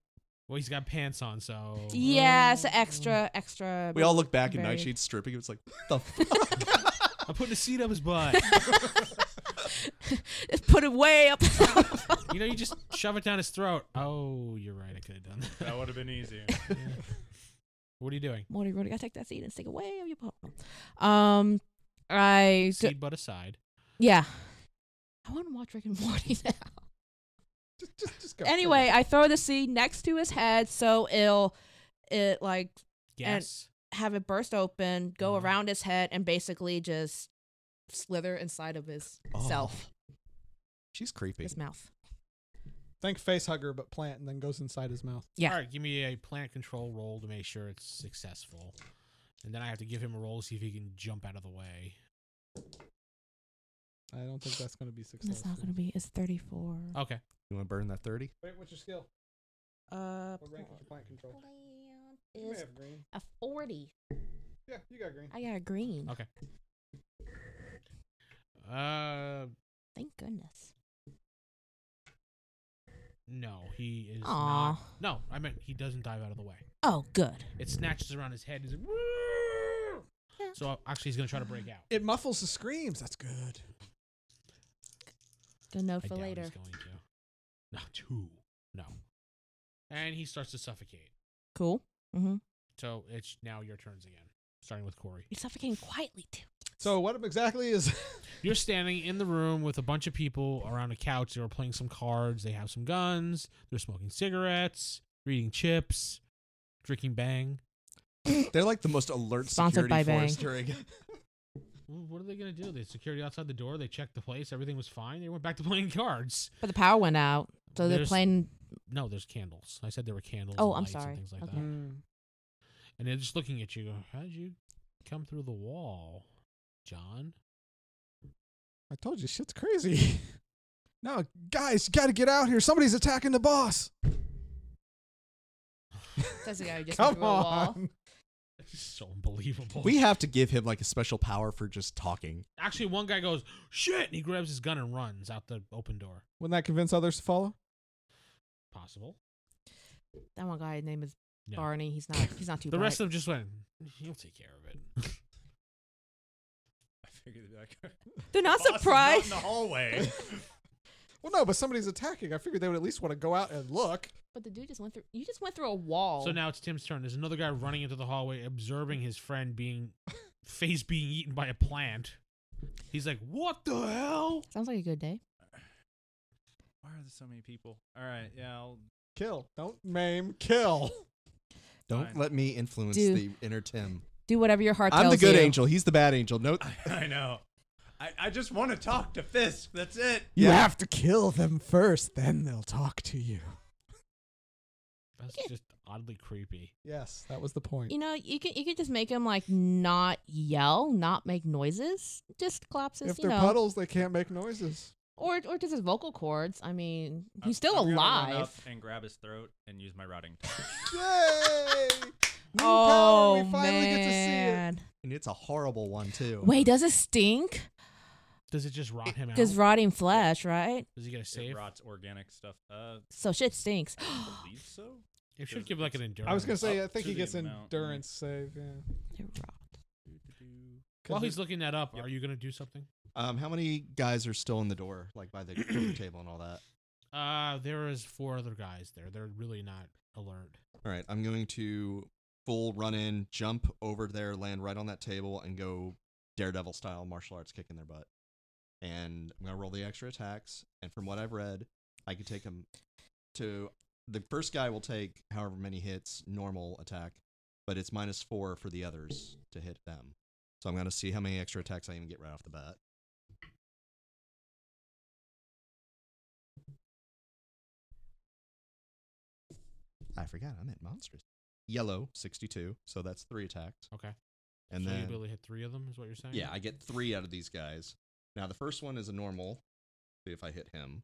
Speaker 1: Well, he's got pants on, so
Speaker 5: Yeah, it's extra, extra.
Speaker 2: We all look back and
Speaker 5: Very-
Speaker 2: Nightshade's stripping. It's like the fuck.
Speaker 1: I'm putting a seed up his butt.
Speaker 5: [laughs] Just put it way up. [laughs]
Speaker 1: you know, you just shove it down his throat. Oh, you're right. I could have done that.
Speaker 3: That would have been [laughs] easier.
Speaker 1: Yeah. [laughs] What are you doing?
Speaker 5: Morty, Morty, gotta take that seed and stick it way up your butt. Um, I d-
Speaker 1: Seed butt aside.
Speaker 5: yeah. I want to watch Rick and Morty [laughs] now.
Speaker 4: just, just, just go.
Speaker 5: Anyway, I throw the seed next to his head so it'll it like
Speaker 1: Yes.
Speaker 5: have it burst open, go
Speaker 1: Uh-huh.
Speaker 5: around his head, and basically just slither inside of his
Speaker 2: Oh.
Speaker 5: self,
Speaker 2: She's creepy.
Speaker 5: his mouth.
Speaker 4: Think face hugger, but plant, and then goes inside his mouth.
Speaker 5: Yeah.
Speaker 1: All right, give me a plant control roll to make sure it's successful. And then I have to give him a roll to see if he can jump out of the way.
Speaker 4: I don't think that's going to be successful.
Speaker 5: That's not gonna be. It's thirty four.
Speaker 1: Okay.
Speaker 2: You want to burn that thirty?
Speaker 4: Wait, what's your skill?
Speaker 5: Uh,
Speaker 4: What rank is your plant control? You may
Speaker 5: is
Speaker 4: have green.
Speaker 5: a forty.
Speaker 4: Yeah, you got green.
Speaker 5: I got a green.
Speaker 1: Okay. Uh,
Speaker 5: Thank goodness.
Speaker 1: no, he is
Speaker 5: Aw.
Speaker 1: not. No, I meant he doesn't dive out of the way.
Speaker 5: Oh, good.
Speaker 1: It snatches around his head. He's like, "Woo!" so actually, he's gonna try to break out.
Speaker 4: It muffles the screams. That's good.
Speaker 5: Good note
Speaker 1: I
Speaker 5: for
Speaker 1: doubt
Speaker 5: later.
Speaker 1: He's going to. No, two. No. And he starts to suffocate.
Speaker 5: Cool. Mm-hmm.
Speaker 1: So it's now your turns again, starting with Corey.
Speaker 5: You're suffocating quietly too.
Speaker 4: So what exactly is? [laughs]
Speaker 1: You're standing in the room with a bunch of people around a couch. They were playing some cards. They have some guns. They're smoking cigarettes, reading chips, drinking bang.
Speaker 2: They're like the most alert
Speaker 5: Sponsored
Speaker 2: security
Speaker 5: by
Speaker 2: force
Speaker 5: Bang.
Speaker 2: during. [laughs]
Speaker 1: Wh- What are they going to do? The security outside the door, they checked the place. Everything was fine. They went back to [laughs] playing cards.
Speaker 5: But the power went out, so they're
Speaker 1: There's-
Speaker 5: playing.
Speaker 1: No, there's candles. I said there were candles.
Speaker 5: Oh,
Speaker 1: and
Speaker 5: I'm
Speaker 1: lights
Speaker 5: sorry.
Speaker 1: And things like
Speaker 5: Okay.
Speaker 1: that.
Speaker 4: Mm.
Speaker 1: And they're just looking at you. How'd you come through the wall, John?
Speaker 4: I told you, shit's crazy. [laughs] no, guys, you got to get out here. Somebody's attacking the boss.
Speaker 5: That's the
Speaker 1: [laughs]
Speaker 5: guy who just went
Speaker 4: Come
Speaker 5: through a wall.
Speaker 4: on.
Speaker 1: This is so unbelievable.
Speaker 2: We have to give him like a special power for just talking.
Speaker 1: Actually, one guy goes, shit, and he grabs his gun and runs out the open door.
Speaker 4: Wouldn't that convince others to follow?
Speaker 1: Possible.
Speaker 5: That one guy, his name is
Speaker 1: No.
Speaker 5: Barney. He's not.
Speaker 1: [laughs]
Speaker 5: He's not too.
Speaker 1: The
Speaker 5: bright.
Speaker 1: rest of them just went, he'll take care of it.
Speaker 3: I figured they'd be like,
Speaker 5: They're not
Speaker 3: "Boss is
Speaker 5: surprised.
Speaker 3: in the
Speaker 5: [laughs]
Speaker 3: hallway.
Speaker 4: Well, no, but somebody's attacking. I figured they would at least want to go out and look.
Speaker 5: But the dude just went through. You just went through a wall.
Speaker 1: So now it's Tim's turn. There's another guy running into the hallway, observing his friend being [laughs] face being eaten by a plant. He's like, "What the hell?"
Speaker 5: sounds like a good day.
Speaker 3: Why are there so many people? All right, yeah, I'll [laughs]
Speaker 4: Kill. Don't maim. Kill.
Speaker 2: Don't
Speaker 3: Fine.
Speaker 2: let me influence
Speaker 5: Do-
Speaker 2: the inner Tim.
Speaker 5: Do whatever your heart
Speaker 2: I'm the
Speaker 5: tells
Speaker 2: good
Speaker 5: you.
Speaker 2: angel. He's the bad angel. No,
Speaker 3: I, I know. I, I just want to talk to Fisk. That's it.
Speaker 4: [laughs] You
Speaker 2: Yeah.
Speaker 4: have to kill them first, then they'll talk to you.
Speaker 1: That's just oddly creepy.
Speaker 4: Yes, that was the point.
Speaker 5: You know, you can you can just make him like not yell, not make noises, just claps his
Speaker 4: If
Speaker 5: you
Speaker 4: they're
Speaker 5: know,
Speaker 4: puddles, they can't make noises.
Speaker 5: or or just his vocal cords. I mean, he's
Speaker 3: I'm-
Speaker 5: still
Speaker 3: I'm gonna run
Speaker 5: alive.
Speaker 3: up and grab his throat and use my rotting. tongue.
Speaker 4: Yay! New
Speaker 5: oh
Speaker 4: power, we finally get
Speaker 5: man!
Speaker 2: and it's a horrible one too.
Speaker 5: Wait, does it stink?
Speaker 1: Does it just rot him out?
Speaker 5: Because rotting flesh, right?
Speaker 1: Does he get a
Speaker 3: It
Speaker 1: save?
Speaker 3: rots organic stuff. Uh,
Speaker 5: So shit stinks.
Speaker 3: I believe so.
Speaker 1: It should give like an
Speaker 4: to see it.
Speaker 1: endurance.
Speaker 4: I was gonna say,
Speaker 3: Up
Speaker 4: I think
Speaker 3: to
Speaker 4: he
Speaker 3: the
Speaker 4: gets
Speaker 3: amount, right?
Speaker 4: endurance save. Yeah.
Speaker 5: It rot.
Speaker 1: While
Speaker 4: Cause
Speaker 1: he's looking that up,
Speaker 3: Yep.
Speaker 1: are you gonna do something?
Speaker 2: Um, how many guys are still in the door, like by the [coughs] card table and all that?
Speaker 1: Uh, there is four other guys there. They're really not alert.
Speaker 2: All right, I'm going to full run in, jump over there, land right on that table, and go daredevil style martial arts kick in their butt. And I'm going to roll the extra attacks. And from what I've read, I could take them to the first guy will take however many hits, normal attack, but it's minus four for the others to hit them. So I'm going to see how many extra attacks I even get right off the bat. I forgot I'm at monsters. Yellow, 62. So that's three attacks.
Speaker 1: Okay.
Speaker 2: And
Speaker 1: so
Speaker 2: then
Speaker 1: you barely hit three of them, is what you're saying?
Speaker 2: yeah, I get three out of these guys. Now the first one is a normal. See if I hit him.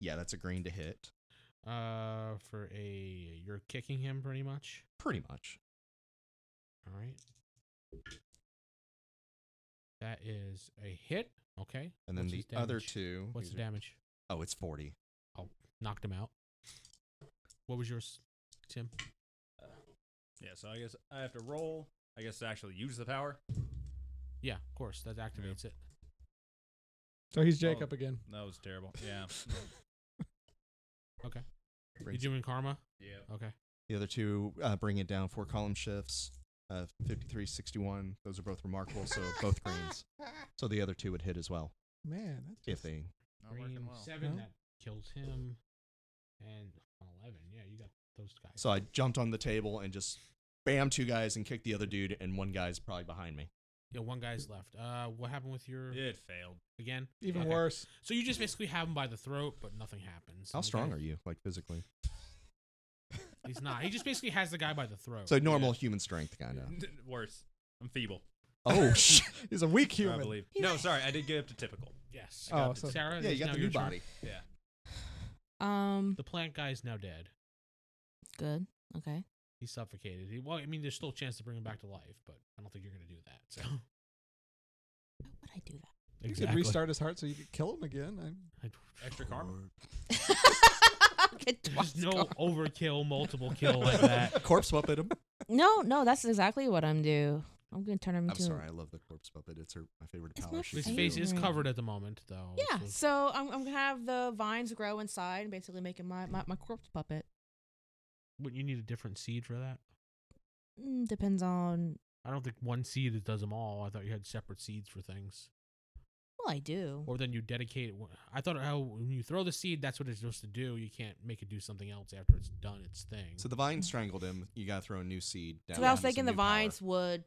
Speaker 2: Yeah, that's a green to hit.
Speaker 1: Uh, for a you're kicking him pretty much.
Speaker 2: Pretty much.
Speaker 1: All right. That is a hit. Okay.
Speaker 2: And then
Speaker 1: What's his
Speaker 2: the other
Speaker 1: damage?
Speaker 2: two.
Speaker 1: What's
Speaker 2: these
Speaker 1: the
Speaker 2: are-
Speaker 1: damage?
Speaker 2: Oh, it's forty.
Speaker 1: Knocked him out. What was yours, Tim?
Speaker 3: Yeah, so I guess I have to roll. I guess to actually use the power.
Speaker 1: Yeah, of course. That activates it.
Speaker 4: So he's
Speaker 3: Oh.
Speaker 1: [laughs]
Speaker 4: Jacob again.
Speaker 3: That was terrible.
Speaker 5: [laughs]
Speaker 3: Yeah.
Speaker 1: You
Speaker 2: Brings-
Speaker 1: doing karma?
Speaker 3: yeah.
Speaker 1: Okay.
Speaker 2: The other two uh, bring it down four column shifts. Uh, 53, 61. Those are both remarkable. So both greens. So the other two would hit as well
Speaker 4: Man, that's
Speaker 2: if
Speaker 4: just,
Speaker 2: they.
Speaker 3: Not working
Speaker 1: Green
Speaker 3: well.
Speaker 1: Seven
Speaker 4: No?
Speaker 1: that killed him, and eleven. Yeah, you got those guys.
Speaker 2: So I jumped on the table and just bam two guys and kicked the other dude and one guy's probably behind me.
Speaker 1: yeah, one guy's left. Uh, what happened with your
Speaker 3: It failed.
Speaker 1: again?
Speaker 4: even
Speaker 1: Okay.
Speaker 4: worse.
Speaker 1: So you just basically have him by the throat, but nothing happens.
Speaker 2: How
Speaker 1: And the
Speaker 2: strong
Speaker 1: guy-
Speaker 2: are you, like physically?
Speaker 1: He's not.
Speaker 4: [laughs]
Speaker 1: He just basically has the guy by the throat.
Speaker 2: So normal human strength, kind of.
Speaker 3: [laughs] Worse. I'm feeble.
Speaker 2: [laughs] Oh shit! He's a weak
Speaker 3: I
Speaker 2: human.
Speaker 3: believe. No, sorry, I did get up to typical.
Speaker 1: yes.
Speaker 4: Oh,
Speaker 1: got it.
Speaker 4: so-
Speaker 1: Sarah.
Speaker 2: Yeah,
Speaker 1: it's
Speaker 2: you got
Speaker 1: now
Speaker 2: the new
Speaker 1: your turn.
Speaker 2: body.
Speaker 3: Yeah.
Speaker 5: Um,
Speaker 1: The plant guy's now dead.
Speaker 5: good. Okay.
Speaker 1: He's suffocated. He, well, I mean, there's still a chance to bring him back to life, but I don't think you're gonna do that.
Speaker 4: [laughs]
Speaker 1: So
Speaker 5: Why would I do that?
Speaker 4: You
Speaker 1: [laughs]
Speaker 4: could restart his heart so you could kill him again. I'm,
Speaker 3: Extra karma.
Speaker 5: [laughs] Get
Speaker 1: There's
Speaker 5: twice
Speaker 1: no
Speaker 5: gone.
Speaker 4: [laughs]
Speaker 1: overkill, multiple kill like that.
Speaker 2: Corpse puppet him.
Speaker 5: no, no, that's exactly what I'm do. I'm gonna turn him
Speaker 2: I'm
Speaker 5: into.
Speaker 2: sorry, I love the corpse puppet. It's her my favorite
Speaker 5: It's
Speaker 2: power.
Speaker 5: my
Speaker 2: she
Speaker 1: His
Speaker 2: can
Speaker 1: face
Speaker 2: do.
Speaker 1: is
Speaker 5: Favorite.
Speaker 1: covered at the moment, though.
Speaker 5: Yeah,
Speaker 1: so-
Speaker 5: so I'm, I'm gonna have the vines grow inside and basically making my, my, my corpse puppet.
Speaker 1: Wouldn't you need a different seed for that?
Speaker 5: Mm, depends on.
Speaker 1: I don't think one seed that does them all. I thought you had separate seeds for things.
Speaker 5: Well, I do.
Speaker 1: Or then you dedicate it. one- I thought how when you throw the seed, that's what it's supposed to do. You can't make it do something else after it's done its thing.
Speaker 2: So the vine strangled him. You gotta throw a new seed. down
Speaker 5: Because I was
Speaker 2: onto some
Speaker 5: thinking the
Speaker 2: new power.
Speaker 5: vines would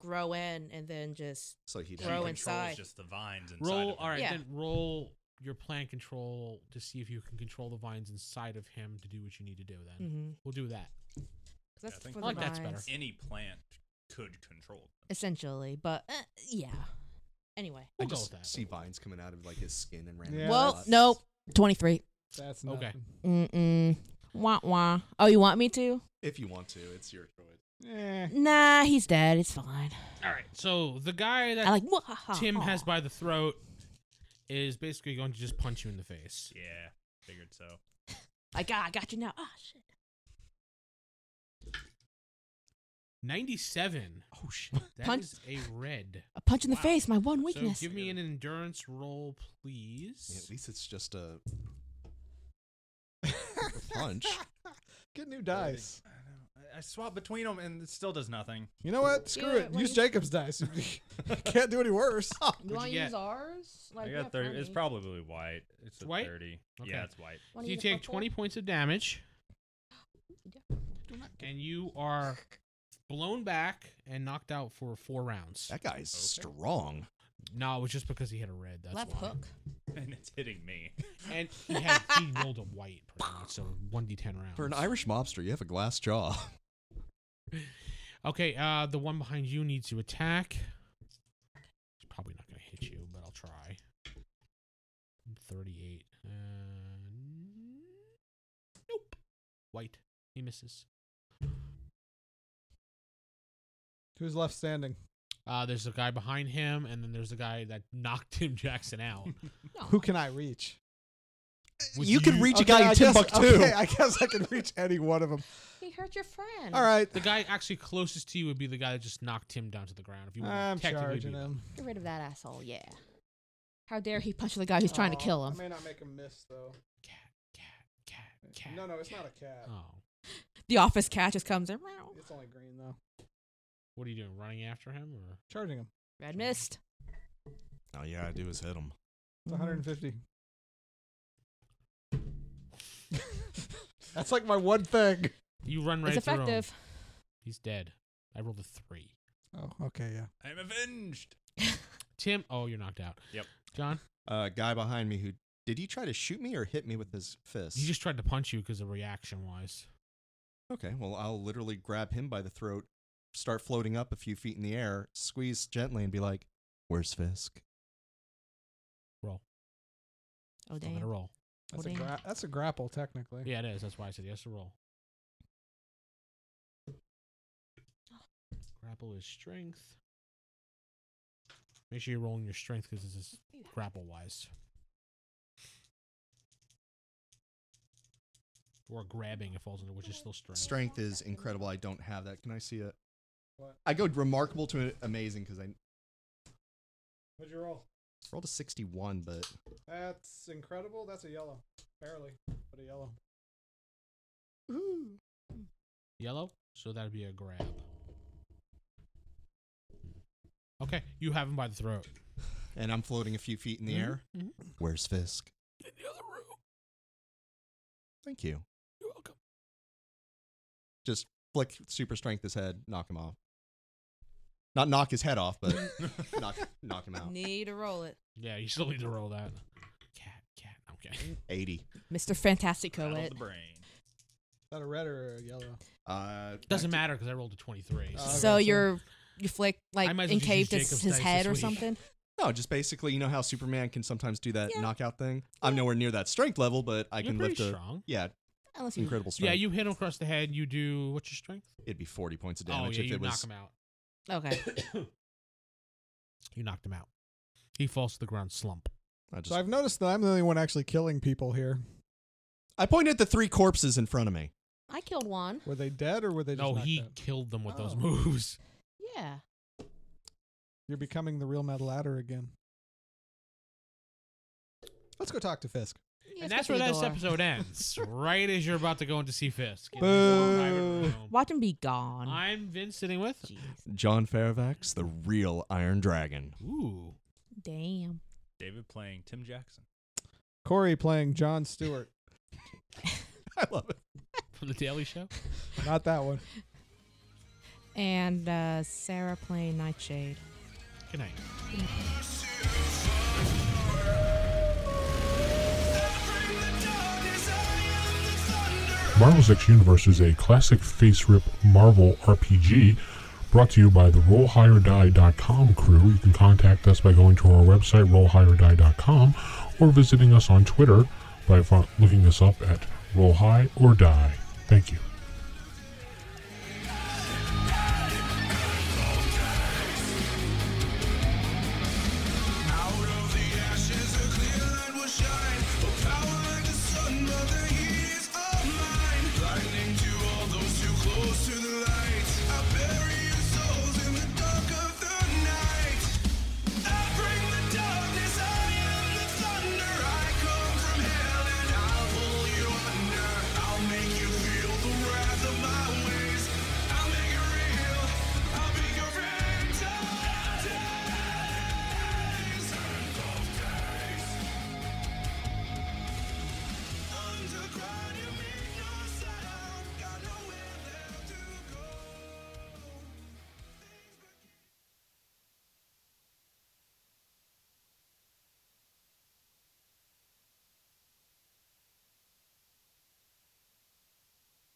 Speaker 5: grow in and then just.
Speaker 2: So he
Speaker 3: She
Speaker 5: grow
Speaker 2: grow
Speaker 3: controls
Speaker 5: inside.
Speaker 3: Just the vines inside.
Speaker 1: roll.
Speaker 3: of him.
Speaker 1: All right,
Speaker 5: Yeah.
Speaker 1: then roll your plant control to see if you can control the vines inside of him to do what you need to do. Then
Speaker 5: Mm-hmm.
Speaker 1: we'll do that.
Speaker 5: That's
Speaker 3: I think-
Speaker 5: for
Speaker 3: I
Speaker 5: the
Speaker 1: like that's
Speaker 5: vines.
Speaker 1: better.
Speaker 3: Any plant could control them.
Speaker 5: Essentially, but uh, yeah. Anyway.
Speaker 2: I
Speaker 1: We'll go
Speaker 2: just
Speaker 1: with that.
Speaker 2: see vines coming out of like his skin and random.
Speaker 4: Yeah,
Speaker 5: well,
Speaker 2: spots.
Speaker 5: nope. 23.
Speaker 4: that's
Speaker 1: Okay.
Speaker 4: nothing.
Speaker 5: Mm-mm. Wah wah. Oh, you want me to?
Speaker 2: If you want to, it's your choice.
Speaker 4: Eh. [laughs]
Speaker 5: Nah, he's dead. It's fine.
Speaker 1: All right. So the guy that
Speaker 5: I like. Wahaha.
Speaker 1: Tim has by the throat is basically going to just punch you in the face.
Speaker 3: Yeah, figured so.
Speaker 5: Like, ah, I got you now. Ah, shit.
Speaker 1: Ninety-seven.
Speaker 2: Oh shit!
Speaker 1: That is
Speaker 5: Punch-
Speaker 1: a red.
Speaker 5: A punch in the
Speaker 3: Wow.
Speaker 5: face. My one weakness.
Speaker 1: So give me an endurance roll, please.
Speaker 2: at least it's just a, [laughs] a punch.
Speaker 4: Get new dice.
Speaker 3: I, don't know. I- I swap between them and it still does nothing.
Speaker 4: You know what? Screw
Speaker 5: Yeah,
Speaker 4: it.
Speaker 5: why
Speaker 4: Use
Speaker 5: you-
Speaker 4: Jacob's dice. [laughs] Can't do
Speaker 1: [laughs]
Speaker 4: any worse.
Speaker 1: you wanna get? use
Speaker 5: ours?
Speaker 3: I got thirty. It's probably white. It's a
Speaker 1: White?
Speaker 3: thirty.
Speaker 1: Okay.
Speaker 3: Yeah, it's white. [laughs]
Speaker 1: So you take 20 points of damage, and you are blown back and knocked out for four rounds.
Speaker 2: That guy's strong.
Speaker 1: No, it was just because he had a red. That's
Speaker 5: Left
Speaker 1: why.
Speaker 5: hook.
Speaker 3: And it's hitting me.
Speaker 1: And he, had, he rolled a white, pretty much, so 1d10 rounds.
Speaker 2: For an Irish mobster, you have a glass jaw. [laughs]
Speaker 1: Okay, uh, the one behind you needs to attack. It's probably not going to hit you, but I'll try. 38. Uh, nope. White. He misses.
Speaker 4: Who's left standing?
Speaker 1: Uh, there's a guy behind
Speaker 2: [laughs]
Speaker 1: him, and then there's the guy that knocked Tim Jackson out.
Speaker 5: No.
Speaker 4: Who can I reach?
Speaker 1: With
Speaker 2: you could
Speaker 1: you-
Speaker 2: reach
Speaker 4: okay,
Speaker 2: a guy
Speaker 4: I
Speaker 2: in
Speaker 4: guess,
Speaker 2: Timbuktu.
Speaker 4: Okay, I guess I can reach any
Speaker 1: [laughs]
Speaker 4: one of them.
Speaker 5: He hurt your friend.
Speaker 4: All right.
Speaker 1: The guy actually closest to you would be the guy that just knocked him down to the ground. If you want
Speaker 4: I'm
Speaker 1: to technically
Speaker 4: charging
Speaker 1: be there.
Speaker 4: him.
Speaker 5: Get rid of that asshole. Yeah. How dare he punch the guy who's trying to kill him?
Speaker 4: I may not make him miss though.
Speaker 1: Cat, cat, cat, cat.
Speaker 4: No, no, it's not a cat.
Speaker 1: Oh,
Speaker 5: The office cat just comes in. Meow.
Speaker 4: It's only green though.
Speaker 1: what are you doing? Running after him
Speaker 4: [laughs]
Speaker 1: or?
Speaker 4: Charging him.
Speaker 5: Red mist.
Speaker 2: All you gotta do is hit him.
Speaker 4: It's 150. [laughs] That's like my one thing.
Speaker 1: You run right
Speaker 5: Mm-hmm. It's
Speaker 1: through him.
Speaker 5: effective.
Speaker 1: He's dead. I rolled a three.
Speaker 4: Oh, okay, yeah.
Speaker 3: I'm avenged.
Speaker 1: Tim, oh, you're knocked out.
Speaker 3: Yep.
Speaker 1: John,
Speaker 2: Uh, guy behind me who did he try to shoot me or hit me with his fist?
Speaker 1: he just tried to punch you because of reaction wise.
Speaker 2: Okay, well, I'll literally grab him by the throat, start floating up a few feet in the air, squeeze gently, and be like, "Where's Fisk?"
Speaker 5: Oh
Speaker 1: Still gotta
Speaker 5: damn.
Speaker 1: roll.
Speaker 4: That's,
Speaker 5: Well,
Speaker 4: a,
Speaker 5: damn.
Speaker 4: gra- that's a grapple technically.
Speaker 1: Yeah, it is. That's why I said he has to roll. Grapple is strength. Make sure you're rolling your strength because this is grapple wise. Or grabbing, it falls under, which is still strength.
Speaker 2: Strength is incredible. I don't have that. Can I see it?
Speaker 4: What?
Speaker 2: I go remarkable to amazing because I
Speaker 4: What'd you roll?
Speaker 2: rolled a sixty-one, but
Speaker 4: That's incredible. That's a yellow. Barely, but a yellow.
Speaker 1: Yellow, so that'd be a grab. Okay, you have him by the throat.
Speaker 2: and I'm floating a few feet in the air.
Speaker 1: Mhm.
Speaker 2: Where's Fisk?
Speaker 1: In the other room.
Speaker 2: Thank you.
Speaker 1: You're welcome.
Speaker 2: Just flick super strength his head, knock him off. Not knock his head off, but knock knock him out.
Speaker 5: Need to roll it.
Speaker 1: Yeah, you still need to roll that. Cat, cat. [laughs] Okay.
Speaker 2: Eighty.
Speaker 5: Mr.
Speaker 3: [laughs]
Speaker 5: Fantastico
Speaker 3: Rattle
Speaker 5: it.
Speaker 3: the brain.
Speaker 4: Is that a red or a yellow?
Speaker 2: Uh, back
Speaker 1: Doesn't
Speaker 2: to- Uh,
Speaker 1: matter because I rolled a 23.
Speaker 4: Oh,
Speaker 1: So.
Speaker 5: So
Speaker 4: okay, so-
Speaker 5: you're you flick like
Speaker 1: Uh, I might as well just
Speaker 5: encaved
Speaker 1: use
Speaker 5: his,
Speaker 1: Jacob's
Speaker 5: his
Speaker 1: dice
Speaker 5: head
Speaker 1: this
Speaker 5: or
Speaker 1: week.
Speaker 5: something.
Speaker 2: No, just basically, you know how Superman can sometimes do that
Speaker 5: Yeah.
Speaker 2: knockout thing. I'm nowhere near that strength level, but I
Speaker 1: You're
Speaker 2: can
Speaker 1: pretty
Speaker 2: lift a
Speaker 1: strong.
Speaker 2: yeah,
Speaker 5: Unless you
Speaker 2: incredible strength.
Speaker 1: Yeah, you hit him across the head. You do what's your strength?
Speaker 2: It'd be 40 points of
Speaker 1: oh
Speaker 2: damage
Speaker 1: yeah,
Speaker 2: if
Speaker 1: you
Speaker 2: it
Speaker 1: knock
Speaker 2: was.
Speaker 1: him out.
Speaker 5: okay.
Speaker 1: You knocked him out. He falls to the ground, slump.
Speaker 2: I, just,
Speaker 4: So I've noticed that I'm the only one actually killing people here.
Speaker 2: I pointed at the three corpses in front of me.
Speaker 5: [laughs] I killed one.
Speaker 4: Were they dead or were they just
Speaker 1: No,
Speaker 4: knocked
Speaker 1: he
Speaker 4: out?
Speaker 1: killed them with those
Speaker 4: Oh.
Speaker 1: moves.
Speaker 5: Yeah.
Speaker 4: You're becoming the real metal adder again. Let's go talk to Fisk.
Speaker 1: and
Speaker 5: He has
Speaker 1: that's
Speaker 5: to
Speaker 1: where
Speaker 5: be
Speaker 1: this
Speaker 5: door.
Speaker 1: episode
Speaker 5: [laughs]
Speaker 1: ends. right as you're about to go in to see Fisk. in the
Speaker 4: Boo.
Speaker 1: private room.
Speaker 5: Watch him be gone.
Speaker 1: I'm Vince sitting with.
Speaker 5: Jeez.
Speaker 2: John Fairfax, the real Iron Dragon. [laughs]
Speaker 1: Ooh.
Speaker 5: Damn.
Speaker 3: David playing Tim Jackson.
Speaker 4: Corey playing John Stewart.
Speaker 2: I love it.
Speaker 1: From the Daily Show?
Speaker 4: Not that one.
Speaker 5: And uh, Sarah playing Nightshade.
Speaker 1: Good night.
Speaker 7: Marvel's X Universe is a classic face rip Marvel RPG brought to you by the RollHigherDie.com crew. You can contact us by going to our website, RollHigherDie.com, or visiting us on Twitter by fo- looking us up at Roll High or Die. Thank you.
Speaker 8: Lightning to all those too close to
Speaker 3: er